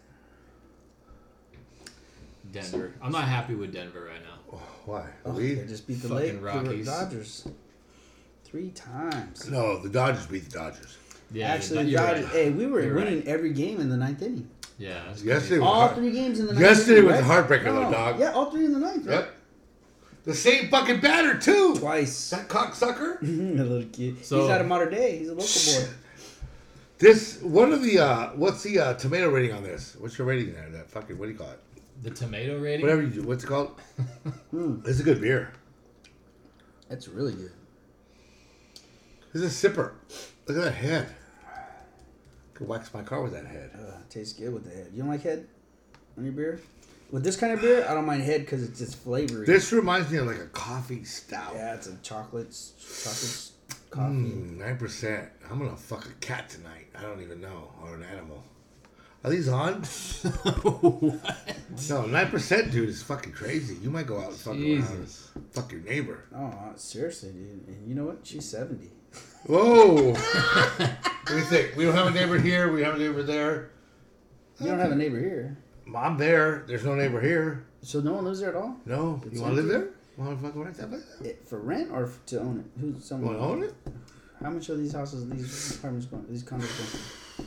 Denver. I'm not happy with Denver right now. Why? Oh, we? they just beat the Fucking late Rockies. Dodgers three times. No, the Dodgers beat the Dodgers. Yeah, Actually, you're the Dodgers. right. Hey, we were You're winning right. every game in the ninth inning. Yeah. that's Yesterday crazy. was All hard. three games in the ninth. Yesterday inning, was a right? heartbreaker, No, though, dog. Yeah, all three in the ninth. right? Yep. The same fucking batter too. Twice. That cocksucker. a little kid. So- He's out of modern day. He's a local boy. this what are the uh what's the uh tomato rating on this? What's your rating there? That fucking what do you call it? The tomato rating? Whatever you do, what's it called? it's a good beer. That's really good. This is a sipper. Look at that head. Could wax my car with that head. Uh, tastes good with the head. You don't like head on your beer? With this kind of beer, I don't mind head because it's just flavory. This reminds me of like a coffee stout. yeah, it's a chocolate, s- chocolate s- coffee. Nine percent. I'm gonna fuck a cat tonight. I don't even know, or an animal. Are these on? No, nine percent, dude, is fucking crazy. You might go out and fuck Jesus. around, and fuck your neighbor. Oh, uh, seriously, dude. And you know what? She's seventy. Whoa. what do you think? We don't have a neighbor here. We don't have a neighbor there. You don't have a neighbor here, Mom there. There's no neighbor here. so no one lives there at all. No. It's you want to live empty. there? Want to fucking rent that place? It, for rent or f- to own it? Who's Want someone? to own it? How much are these houses, these apartments going? These condos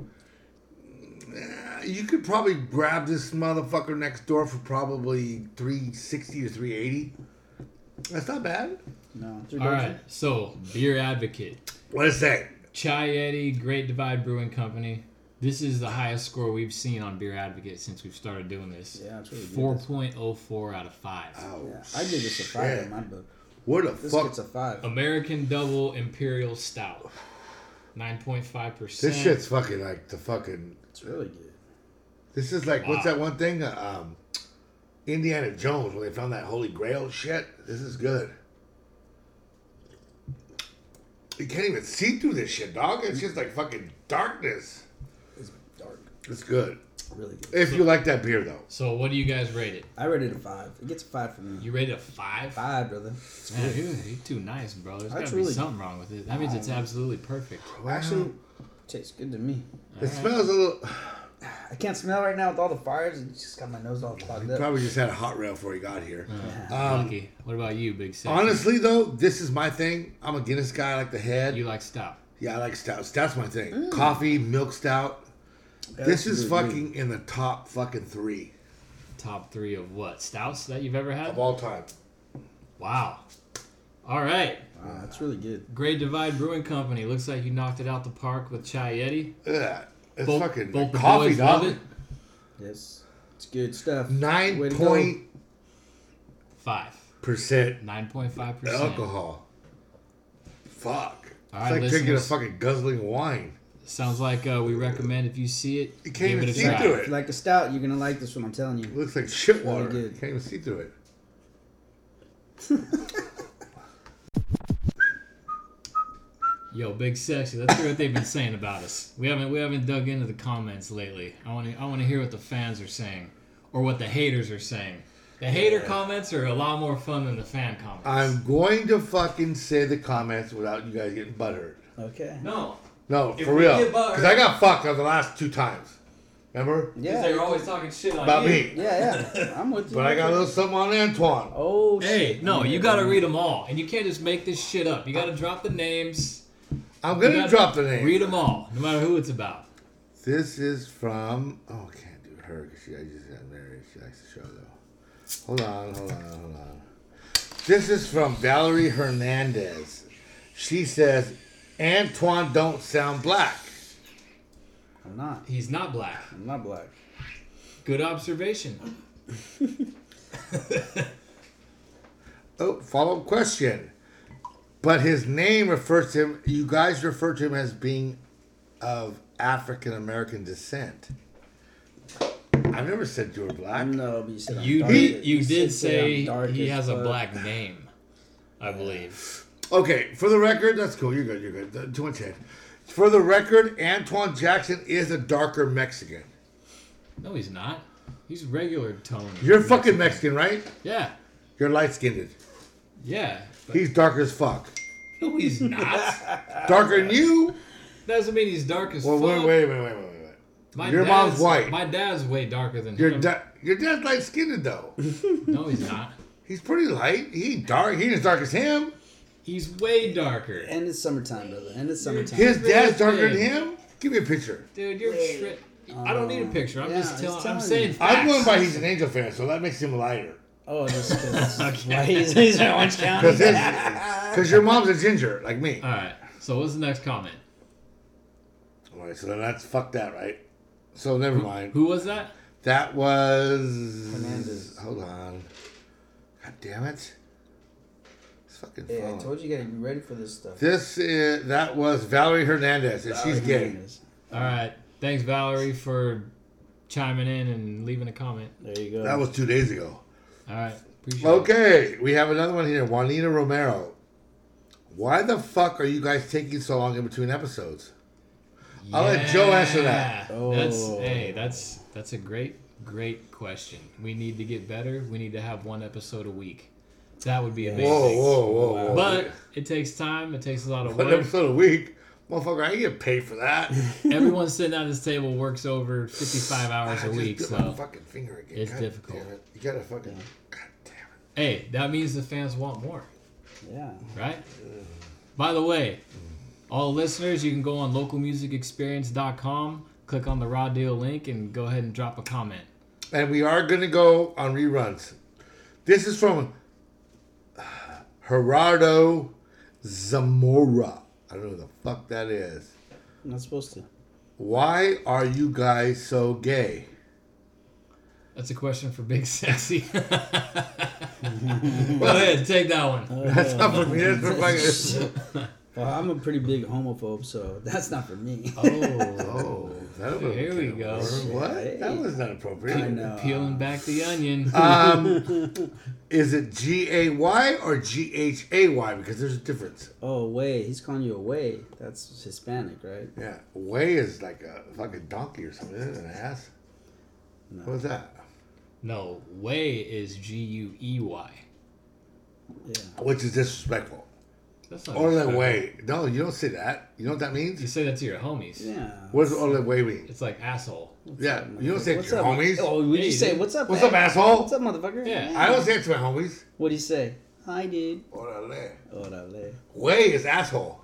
going? Uh, You could probably grab this motherfucker next door for probably three sixty or three eighty. That's not bad. No, three All dogs? right. So, Beer Advocate. What is that? Chai Yeti, Great Divide Brewing Company. This is the highest score we've seen on Beer Advocate since we've started doing this. Yeah, it's really good. Ah, 4.04 out of 5. Oh, Yeah, I give this a five shit. in my book. What the This fuck? gets a five. American Double Imperial Stout. 9.5%. this shit's fucking like the fucking. It's really good. This is like what's Wow. that one thing? Uh, um, Indiana Jones when they found that Holy Grail shit. This is good. You can't even see through this shit, dog. It's just like fucking darkness. It's dark. It's good. Really good. If you like that beer, though. So, what do you guys rate it? I rated a five. It gets a five from me. You rate it a 5? Five, brother. Man, you you too nice, bro. There's That's gotta really- Oh. be something wrong with it. That means it's absolutely perfect. Actually, Um, tastes good to me. it smells a little. I can't smell right now with all the fires. It just got my nose all clogged up. Probably just had a hot rail before he got here. Um, Lucky. What about you, Big Six? Honestly, though, this is my thing. I'm a Guinness guy. I like the head. you like stout. Yeah, I like stout. Stout's my thing. Coffee, milk stout. this is fucking in the top fucking three Top three of what stouts that you've ever had? of all time. Wow. All right. Wow, Ah, that's really good. Great Divide Brewing Company. Looks like you knocked it out the park with Chai Yeti. Yeah, it's Both- fucking both the coffee, boys dog. love Yes. It's good stuff. Way Nine to point Five. percent 9.5%. alcohol. Fuck. All it's right, like drinking a listeners. fucking guzzling wine. Sounds like uh, we recommend if you see it, You can't give even it a see try. through go. If it. you like a stout, you're gonna like this one. I'm telling It you. looks like shit Really water. You good. can't even see through it. Yo, Big Sexy, let's hear what they've been saying about us. We haven't we haven't dug into the comments lately. I want to I want to hear what the fans are saying or what the haters are saying. The hater comments are a lot more fun than the fan comments. I'm going to fucking say the comments without you guys getting butthurt. Okay. No, No, If for we real. get butthurt- Because I got fucked on the last two times. Remember? because Yeah. they're always talking shit on About you. me. Yeah, yeah. I'm with you. But I got a little something on Antoine. Oh hey, shit. no, Yeah, you got to man. read them all. And you can't just make this shit up. You got to drop the names. I'm You going to gotta drop the name. Read them all, no matter who it's about. This is from. Oh, I can't do her because she I just got married. She likes the show though. Hold on, hold on, hold on. This is from Valerie Hernandez. She says, "Antoine don't sound black." I'm not. He's not black. I'm not black. Good observation. Oh, follow-up question. But his name refers to him. You guys refer to him as being of African American descent. I've never said you were black. No, but you said I'm You dark did, as- you said did say I'm dark he as has a fuck. black name, I believe. Okay, for the record, that's cool. You're good. You're good. Th- Too much head. For the record, Antoine Jackson is a darker Mexican. No, he's not. He's regular tone. You're fucking Mexican, right? Yeah, You're light skinned. yeah. But He's dark as fuck. no, he's not. Darker than you? Doesn't mean he's dark as Well, fuck. wait, wait, wait, wait, wait, wait. My Your mom's dad's- white. My dad's way darker than Your him. da- your dad's light skinned though. no, he's not. He's pretty light. He ain't dark. He ain't as dark as him. He's way darker. And it's summertime, brother. And it's summertime. His dad's darker than Really? him. Give me a picture. Dude, you're tri- I don't need a picture. I'm Um, yeah, just he's telling. I'm telling saying. you. Facts. I'm going by he's an Angel fan, so that makes him lighter. Oh, just because he's, he's Oh. in Orange County. Because your mom's a ginger like me. All right. So what's the next comment? All right, so then that's fuck that, right? So never mind. Who was that? That was Hernandez. Hold on. God damn it. It's fucking Hey, I phone. told you, you gotta be ready for this stuff. This is that was Valerie Hernandez, and she's gay. All right. Thanks, Valerie, for chiming in and leaving a comment. There you go. That was two days ago. All right. Appreciate it. Okay, we have another one here. Juanita Romero. Why the fuck are you guys taking so long in between episodes? I'll let Joe answer that. Yeah. That's hey, that's that's a great great question. We need to get better. We need to have one episode a week. That would be amazing. Whoa, whoa, whoa, whoa! But it takes time. It takes a lot of one work. episode a week, motherfucker. I ain't get paid for that. Everyone sitting at this table works over 55 hours I a just week. bit So my fucking finger again. it's God difficult. damn it. You gotta fucking. God damn it. hey, that means the fans want more. yeah. right? By the way, all listeners, you can go on localmusicexperience.com, click on the Raw Deal link, and go ahead and drop a comment. and we are going to go on reruns. This is from Gerardo Zamora. I don't know who the fuck that is. I'm not supposed to. Why are you guys so gay? That's a question for Big Sassy. go ahead, take that one. That's not for me. That's for fucking. Well, I'm a pretty big homophobe, so that's not for me. Oh, Oh, that was Here we go. What? That was not I appropriate. know. peeling back the onion. Um, is it G A Y or G H A Y? Because there's a difference. Oh, way. He's calling you away. That's Hispanic, right? Yeah, way is like a fucking donkey or something, isn't it? An ass. What was that? no, way is G U E Y. Yeah. Which is disrespectful. That's not Orle respectful. way. No, you don't say that. You know what that You means? say that to your homies. Yeah. What does orle way mean? It's like asshole. Yeah, you don't say it What's to your up? homies. Oh, would Yeah, you you say do. what's up? What's man? up, asshole? What's up, motherfucker? Yeah. I don't say it to my homies. What do you say? Hi, dude. Orale. Orale. Way is asshole.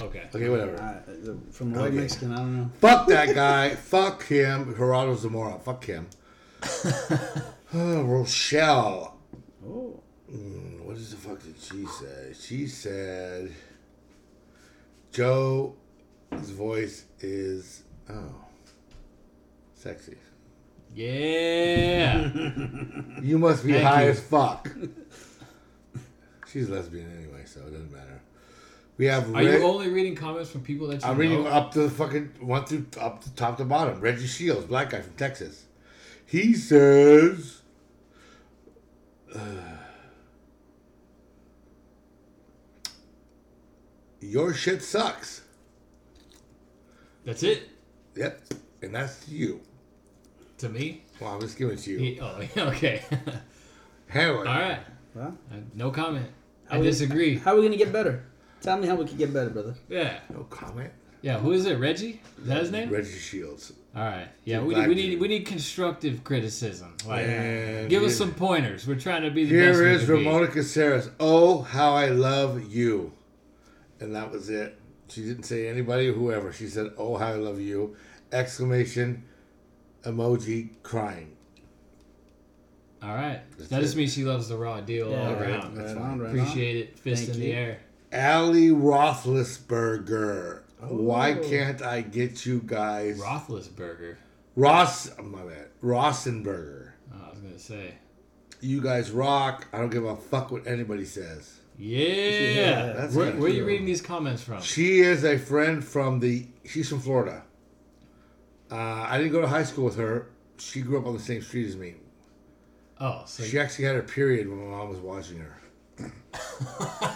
Okay. Okay, whatever. I, Uh, from white Okay. Mexican, I don't know. Fuck that guy. Fuck him. Gerardo Zamora. Fuck him. Oh, Rochelle. Oh. Mm, What is the fuck did she say? She said Joe's voice is oh sexy. Yeah. You must be Thank high you. as fuck. She's lesbian anyway, so it doesn't matter. We have. Are Reg- you only reading comments from people that you I'm know? reading up to the fucking one through up to top to bottom. Reggie Shields, black guy from Texas. He says. Your shit sucks. That's it Yep, and that's you. to me. Well, I'm just giving it to you. He- oh, okay. Anyway, All right. Well, Uh, No comment. I we- disagree. how are we gonna get better? Tell me how we can get better, brother. Yeah. no comment. Yeah. Who is it? Reggie? Is that his name? Reggie Shields. All right. Yeah. Dude, We, black we need dude. we need constructive criticism. Like, And give us here- some pointers. We're trying to be the best. Here we is could be. Ramona Caceres. Oh, how I love you. And that was it. She didn't say anybody or whoever. She said, Oh, how I love you. Exclamation emoji crying. All right. That's that just it. means she loves the raw deal all right. around. That's Right fine. on, right on. Appreciate it. Fist Thank in the you. air. Allie Roethlisberger. Why Oh. can't I get you guys? Roethlisberger. Ross, my bad. Rossenberger. Oh, I was gonna say. You guys rock. I don't give a fuck what anybody says. Yeah. Yeah, that's where, kinda where are you cool. reading these comments from? She is a friend from the. She's from Florida. Uh, I didn't go to high school with her. She grew up on the same street as me. Oh, so She actually had her period when my mom was watching her.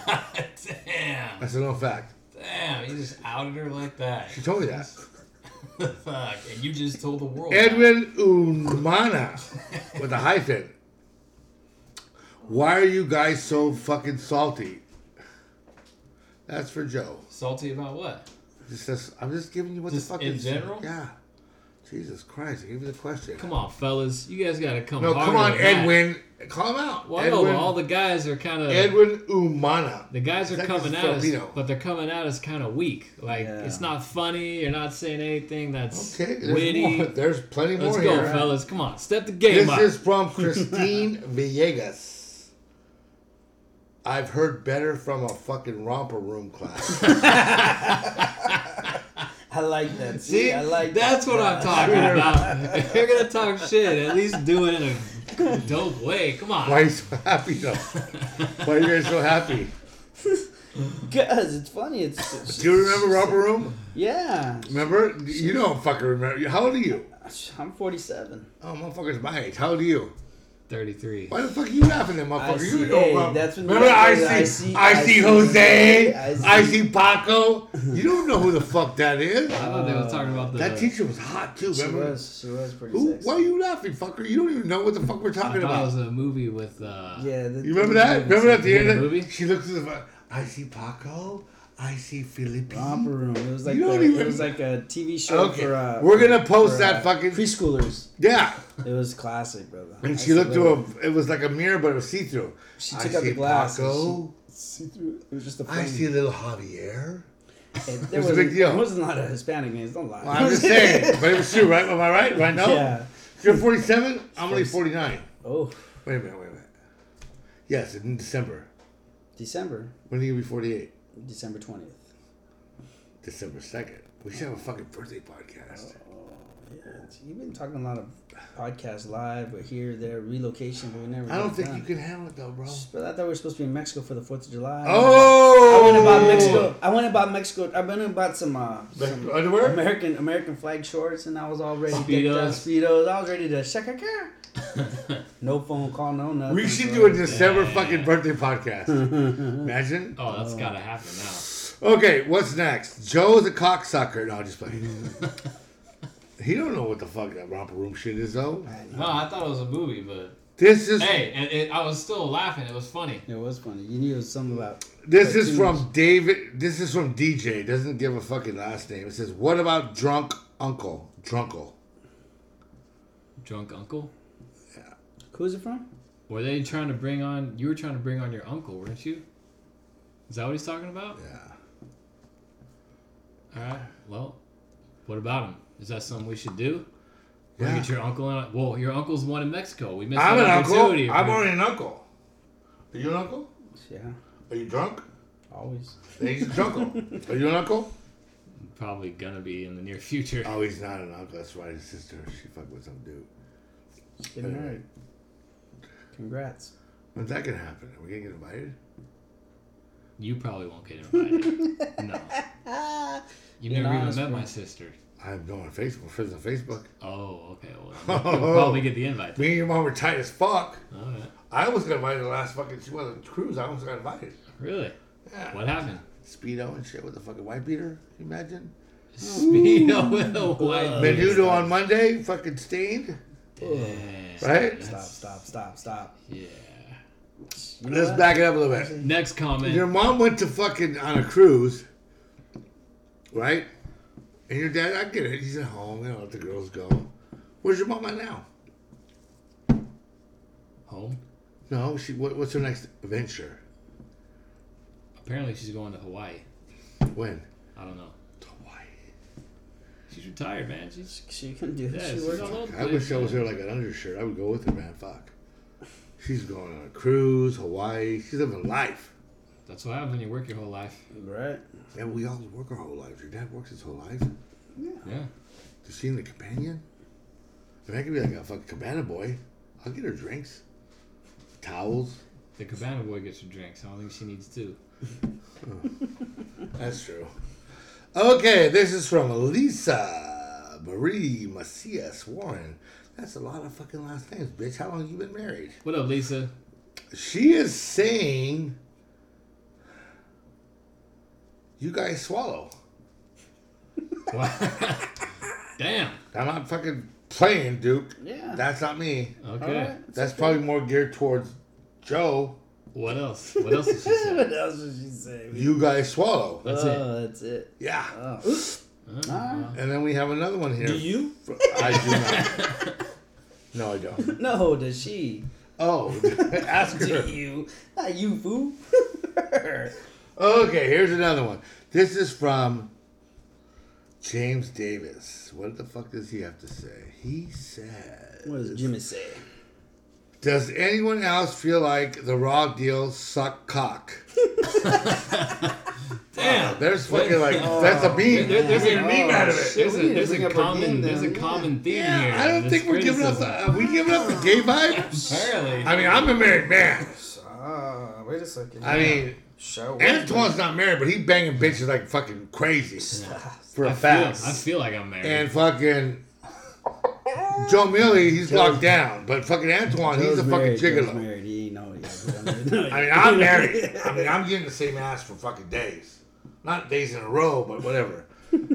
Damn. That's a known fact. Damn. You just outed her like that. She told me that. Fuck. And you just told the world. Edwin Umana with a hyphen. Why are you guys so fucking salty? That's for Joe. Salty about what? Just that's, I'm just giving you what Just the fuck in general? Yeah. Jesus Christ, give me the question. come on, fellas, you guys gotta come. No, harder come on, than that. Edwin. Call him out. Well, Edwin, all the guys are kind of Edwin Umana. The guys are That coming is at us, Filipino. but they're coming at us kind of weak. Like Yeah. it's not funny. You're not saying anything that's Okay, there's witty. more. There's plenty more Let's go, here. fellas. Come on, step the game This up. is from Christine Villegas. I've heard better from a fucking romper room class. I like that. See, See, I like that's what I'm talking about. If you're gonna talk shit, at least do it in a dope way. Come on. Why are you so happy though? Why are you guys so happy? Because it's funny. It's, it's- Do you remember Romper Room? yeah. Remember? You don't fucking remember. How old are you? I'm 47. Oh, motherfucker's my age. How old are you? 33. Why the fuck are you laughing at motherfucker? see. You Hey, know, that's what- remember I see, I see, Jose, I I see. see- Paco. You don't know who the fuck that is. I thought they were talking about the. That teacher was hot too. She Remember? was. She was pretty Who? sexy. Why are you laughing, fucker? You don't even know what the fuck we're I talking thought it was about. a movie with. Uh, Yeah. The, You remember that? Remember at the You end? mean Of the movie? She looks at the. fu- I see Paco. I see Felipe. Romper room. It was like You the, don't even- it was like a TV show Okay, for. Uh, we're gonna post for, that uh, fucking. preschoolers. Yeah. It was classic, brother. And she looked through a. It was like a mirror, but it was see through. She I took out see the glass. and Paco. she- See through. It was just a. I flame. see little Javier. It, It there was a was big deal. There wasn't a lot of Hispanic names. Don't lie. Well, I'm just saying, but it was true, right? Am I right? Right now, Yeah. you're 47. I'm only 49. Oh, Wait a minute. Wait a minute. Yes, in December. December, When are you gonna be 48? December twentieth. December 2nd. We should have a fucking birthday podcast. You've been talking a lot of podcasts live, but here, there, relocation, but we never. I get don't it think done. you can handle it though, bro. But I thought we were supposed to be in Mexico for the Fourth of July. I Oh. went about Mexico. I went about Mexico. I went about some uh, Mexico some underwear? American American flag shorts, and I was all ready. Speedos. Speedos. Out, speedos. I was ready to shaka No phone call, no nothing. we should bro. do a December fucking birthday podcast. Imagine. Oh, that's gotta happen now. Okay, what's next? Joe's a cocksucker. No, I'm just playing. he don't know what the fuck that romper room shit is though. No, I thought it was a movie, but This is hey, and it, I was still laughing. It was funny. It was funny. You knew it was something about. this is from David. This is from DJ. Doesn't give a fucking last name. It says, "What about drunk uncle? Drunkle? Drunk uncle? Who's it from? Were they trying to bring on? You were trying to bring on your uncle, weren't you? Is that what he's talking about? Yeah. All right. Well, what about him? Is that something we should do? Bring Yeah. get your uncle on. Well, your uncle's the one in Mexico. We missed I'm an an uncle. opportunity. I'm already an uncle. Are you an uncle? Yeah, Are you drunk? always. Then he's a drunkle. Are you an uncle? probably gonna be in the near future. Oh, he's not an uncle. That's right. His sister. She fucked with some dude. Getting married. Congrats. When's that gonna happen? Are we gonna get invited? You probably won't get invited. no. You You're never even met honest, bro. my sister. I'm going on Facebook. We're friends on Facebook. Oh, okay. Well, you'll probably get the invite. Me and your mom were tight as fuck. All right. I almost got invited the last fucking she was on the cruise. I almost got invited. Really? Yeah. What happened? Speedo and shit with a fucking white beater. Can you imagine? Speedo with a Uh, white. Menudo on Monday, fucking stained, Yeah. right? Stop, stop, stop, stop. Yeah. Let's back it up a little bit. Next comment. Your mom went to fucking on a cruise, right? And your dad, I get it. He's at home. They don't let the girls go. Where's your mom at now? Home. No, she. What, what's her next venture? Apparently, she's going to Hawaii. When? I don't know. Hawaii. She's retired, man. She's She can do yeah, this. She she's worked all over the I wish I place, was man. there like an undershirt. I would go with her, man. Fuck. She's going on a cruise, Hawaii. She's living life. That's what happens when you work your whole life. right. And we all work our whole lives. Your dad works his whole life. Yeah. Does she need a companion? If I could be like a fucking cabana boy, I'll get her drinks, towels, The cabana boy gets her drinks. I don't think she needs two. That's true. Okay, this is from Lisa Marie Macias Warren. That's a lot of fucking last names, bitch. How long you been married? What up, Lisa? She is saying you guys swallow. Damn. I'm not fucking playing, Duke. Yeah. That's not me. Okay. That's probably more geared towards Joe. What else? What else did she say? what else did she say? You guys swallow. That's it. oh, that's it. Yeah. Oh. Ah. And then we have another one here. Do you? I do not. No, I don't. No, does she? Oh, ask her. Do you? Not you, fool. Okay, here's another one. This is from James Davis. What the fuck does he have to say? He said, what does Jimmy say? "Does anyone else feel like the raw deal suck cock?" Damn, there's fucking like that's a beam. There- there's, We're a, getting meme out of it. there's a We need to there's bring a up our common game there's a then, yeah. common theme here. Yeah, I don't This think we're giving up. The, criticism. are we giving up the gay vibe? Apparently. I mean, I'm a married man. Ah, wait a second. I mean, show. Antoine's not married, but he banging bitches like fucking crazy for a I fact. feel, I feel like I'm married. and fucking Joe Millie, he's locked down. But fucking Antoine, he's a fucking gigolo. Married. He ain't know I mean, I'm married. I mean, I'm getting the same ass for fucking days. Not days in a row, but whatever.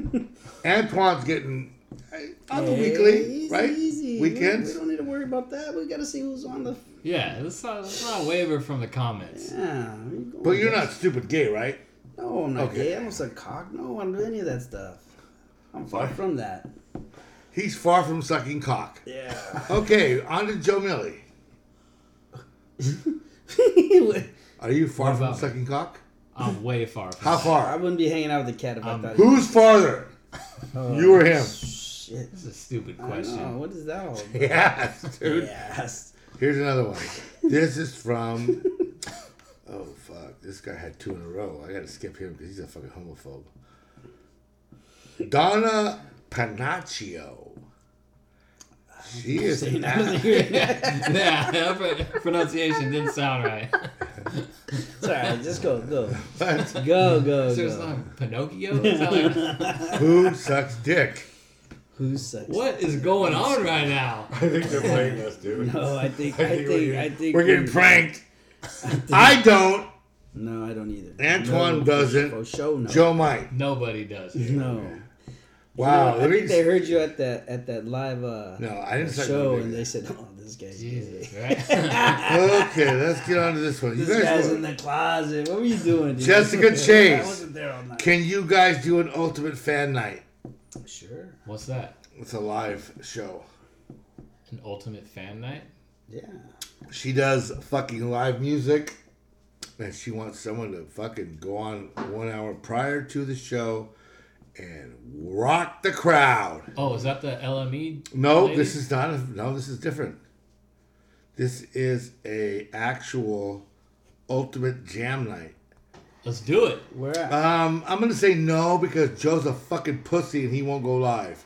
Antoine's getting hey, on the weekly, right? Weekends. We don't need to worry about that. We got to see who's on the. yeah, let's not, let's not waver from the comments. Yeah. But you're not stupid gay, right? No, I'm not Okay. gay. I don't suck cock. No, I don't do any of that stuff. I'm far Why? from that. He's far from sucking cock. Yeah. Okay, on to Joe Millie. Are you far from about me? sucking cock? I'm way far from How that. I far? wouldn't be hanging out with a cat if Um, I thought. Who's farther? You or him? Shit. This is a stupid I don't know. question. Oh, What is that all about? Yes, dude. Yes. Here's another one. This is from. Oh fuck! This guy had two in a row. I gotta skip him because he's a fucking homophobe. Donna Panaccio. She is an ass. yeah, pr- pronunciation didn't sound right. It's all right. Just go. Go. but Go, go, There's go. not Pinocchio. Is that like- who sucks dick? Who sucks? what is going on right now? I think they're playing us, dude. No, I think, I think, I think. we're getting pranked. I don't. No, I don't either. Antoine No, doesn't. For sure, no. Joe might. Nobody does. no. Wow. No, I let me think they heard you at that at that live uh, no, I didn't suck show, no dick. and they said, "Oh, this guy's gay. Jesus, right? Okay, let's get on to this one. You This guys guy's were- in the closet. What were you doing, dude? Jessica I Chase. wasn't there all night. Can you guys do an ultimate fan night? sure. What's that? It's a live show. An ultimate fan night? Yeah. She does fucking live music, and she wants someone to fucking go on one hour prior to the show and rock the crowd. Oh, is that the E? LME? No, lady? this is not. A, no, this is different. This is a actual ultimate jam night. Let's do it. Where at? Um, I'm gonna say no because Joe's a fucking pussy and he won't go live.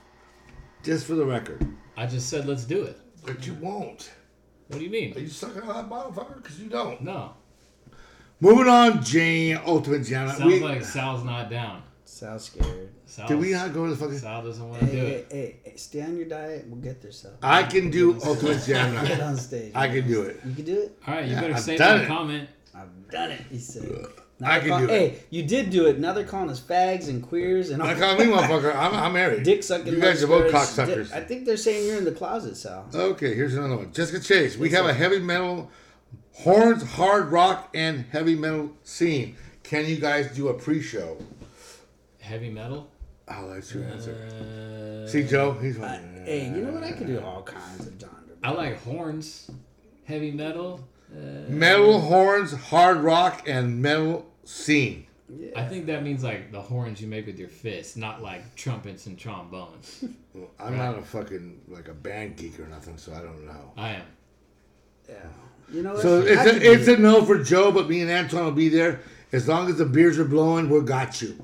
Just for the record. I just said let's do it. But you won't. What do you mean? Are you sucking on that bottle, fucker? Because you don't. No. Moving on, Jane, Ultimate Jam. Sounds We, like Sal's not down. Sound scared. Sal's, did we not go to the fucking? Sal doesn't want to Hey, do hey, it. hey, hey, stay on your diet. We'll get there, Sal. I can do Ultimate Jam Get night. on stage. I can do it. You can do it. All right, you Yeah, better I've save done that it. comment. I've done it. He said. Now I they're can call- do it. Hey, you did do it. Now they're calling us fags and queers and all. I call me motherfucker. I'm, I'm married. Dick sucking. You guys are both motherfuckers. Dick- I cocksuckers. think they're saying you're in the closet, Sal. Okay, here's another one. Jessica Chase. We have a heavy metal, horns, hard rock, and heavy metal scene. Can you guys do a pre-show? Heavy metal? I'll let you answer. Uh, See, Joe, he's Uh, one. hey, you know what? I can do all kinds of genre. Oh. I like horns. Heavy metal. Uh, Metal horns, hard rock, and metal scene. I think that means like the horns you make with your fists, not like trumpets and trombones. Well, I'm not a fucking like a band geek or nothing, so I don't know. I am. Yeah. You know what? So I it's could a, it's do a no for Joe, but me and Anton will be there as long as the beers are blowing. We got you.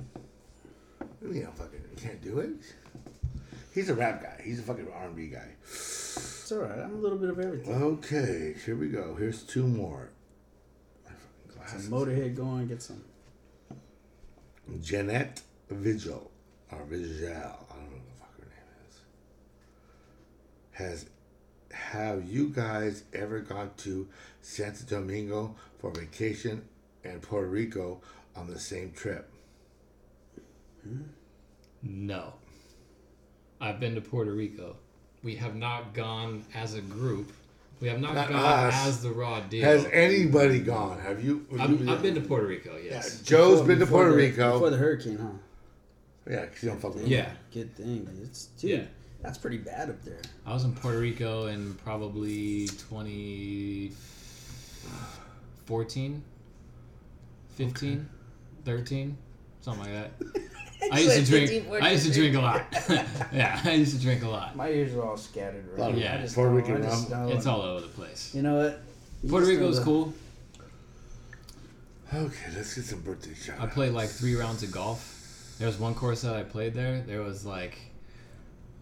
You know, fucking you can't do it. He's a rap guy. He's a fucking R&B guy. It's all right. I'm a little bit of everything. Okay, here we go. Here's two more. some Motorhead going. Get some. Jeanette Vigil, or Vigil, I don't know what the fuck her name is. Has have you guys ever gone to Santo Domingo for vacation and Puerto Rico on the same trip? No. I've been to Puerto Rico. We have not gone as a group. We have not, Not gone us. as the raw deal. Has anybody gone? Have you? have you I've, I've been to Puerto Rico, Yeah, yes. Joe's Before- been to before Puerto the- Rico. before the hurricane, huh? yeah, because you don't fuck with Yeah. Good thing. It's dude. Yeah. That's pretty bad up there. I was in Puerto Rico in probably 2014, 15, 13, something like that. I used to drink. I used to drink a lot. yeah, I used to drink a lot. My ears are all scattered. Right? Yeah, I just Puerto don't- Rican I just rum. don't- It's all over the place. You know what? You Puerto just know Rico's the- cool. Okay, let's get some birthday shout I played like three rounds of golf. There was one course that I played there. There was like,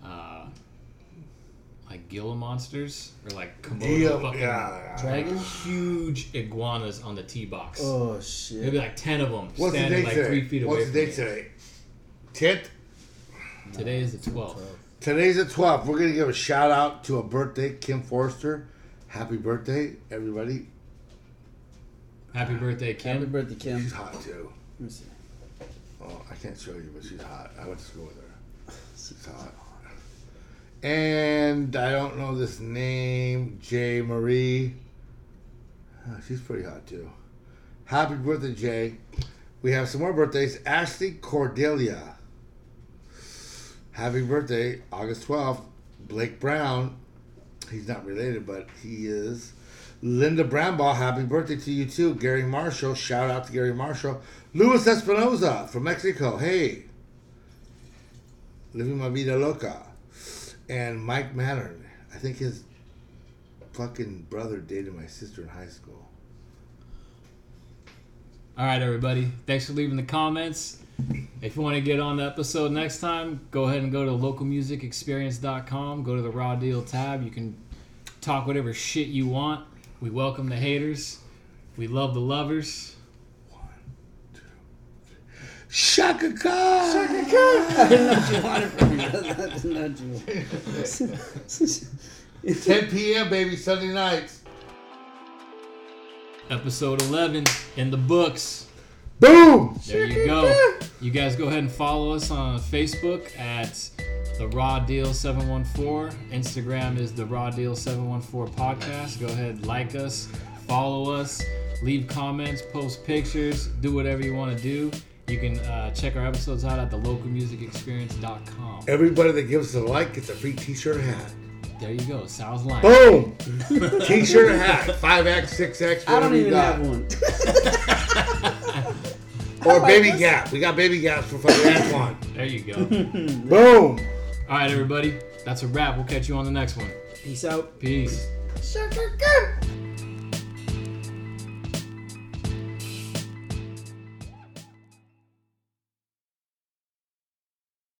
uh, like Gila monsters or like Komodo Yeah, fucking yeah. Dragon? huge iguanas on the tee box. Oh Maybe shit. like ten of them What's the standing date like today? three feet away What's the from date me. today? Tenth. Today is the twelfth. Today's the 12th. We're going to give a shout out to a birthday, Kim Forrester. Happy birthday, everybody. Happy birthday, Happy Kim. birthday, Kim. She's hot, too. Let me see. Oh, I can't show you, but she's hot. I went to school with her. She's hot. And I don't know this name, Jay Marie. Oh, she's pretty hot, too. Happy birthday, Jay. We have some more birthdays. Ashley Cordelia. Happy birthday, August 12th. Blake Brown. He's not related, but he is. Linda Brambaugh, happy birthday to you too. Gary Marshall, shout out to Gary Marshall. Luis Espinoza from Mexico, hey. Living my vida loca. And Mike Mannern. I think his fucking brother dated my sister in high school. All right, everybody. Thanks for leaving the comments. If you want to get on the episode next time, go ahead and go to localmusicexperience.com. Go to the Raw Deal tab. You can talk whatever shit you want. We welcome the haters. We love the lovers. Shaka Khan! That's not you. 10 p.m., baby, Sunday nights. Episode 11 in the books. Boom! There you go. You guys go ahead and follow us on Facebook at the Raw Deal 714. Instagram is the Raw Deal 714 podcast. Go ahead, like us, follow us, leave comments, post pictures, do whatever you want to do. You can uh, check our episodes out at thelocalmusicexperience.com. Everybody that gives us a like gets a free t shirt and hat. There you go. Sal's line. Boom! t shirt and hat. 5X, 6X, I whatever don't you even got. have one. Or Baby Gap. We got Baby Gaps for fucking Antoine. There you go. Boom! All right, everybody. That's a wrap. We'll catch you on the next one. Peace out. Peace. Shaka Khan.